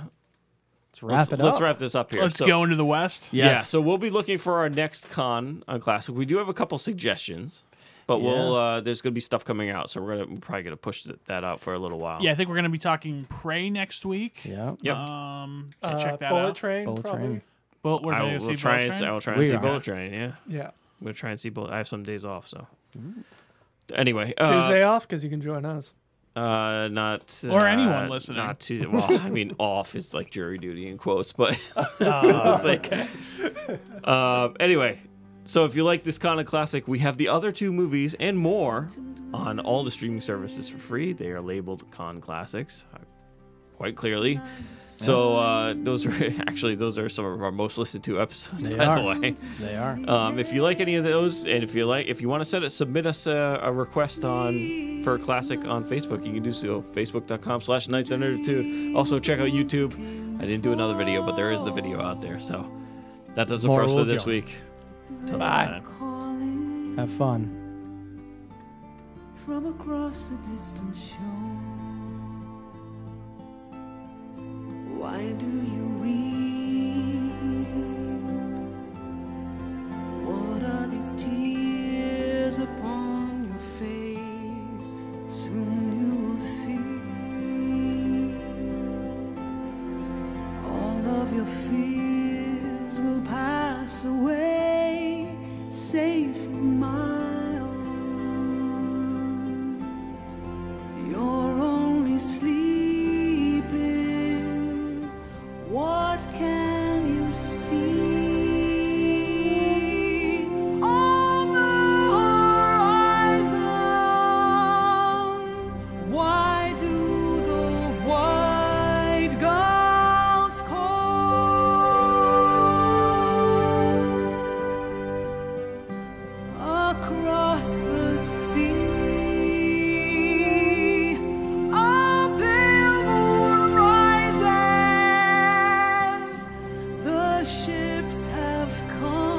D: Let's wrap
A: let's,
D: it
A: let's
D: up.
A: wrap this up here.
C: Let's
A: So-
C: go into the West.
A: Yeah,
D: Yes.
A: uh, so we'll be looking for our next con on Classic. We do have a couple suggestions. But we'll uh, there's gonna be stuff coming out, so we're gonna we're probably gonna push th- that out for a little while.
C: Yeah, I think we're gonna be talking Prey next week.
D: Yeah.
A: Yep.
C: Um, so
B: Uh,
C: check that
B: Bullet
C: out.
B: Train,
D: Bullet
B: probably.
D: train.
C: But we're
A: I
C: gonna
A: will,
C: go
A: we'll
C: see
A: try and
C: Bullet
A: I
C: Train.
A: will try
D: We
A: and see
D: are.
A: Bullet Train. Yeah,
B: Yeah.
A: we'll try and see Bullet. I have some days off, so. Anyway, uh,
B: Tuesday off because you can join us.
A: Uh, not
C: Or
A: uh,
C: anyone listening.
A: Not Tuesday. Well, I mean, off is like jury duty in quotes, but
C: Ah.
A: it's like. Um, anyway, so if you like this kind of classic, we have the other two movies and more on all the streaming services for free. They are labeled con classics, uh, quite clearly. So uh, those are actually those are some of our most listened to episodes.
D: They
A: by
D: are.
A: the way.
D: They are.
A: Um, if you like any of those, and if you like, if you want to send it, submit us a, a request on for a classic on Facebook. You can do so. Facebook.com/slash Nights Under Two. Also check out YouTube. I didn't do another video, but there is the video out there. So that does it
D: More
A: for us for
D: will
A: this
D: join.
A: week. Till
B: Bye.
A: next time.
E: calling
D: Have fun.
E: from across the distant shore. Why do you weep? What are these tears upon your face? Soon you will see all of your fears will pass away, safe in my You're only sleeping. What can you see? On the horizon, why do the white gulls call? across the sea. A pale moon rises. The ships have come.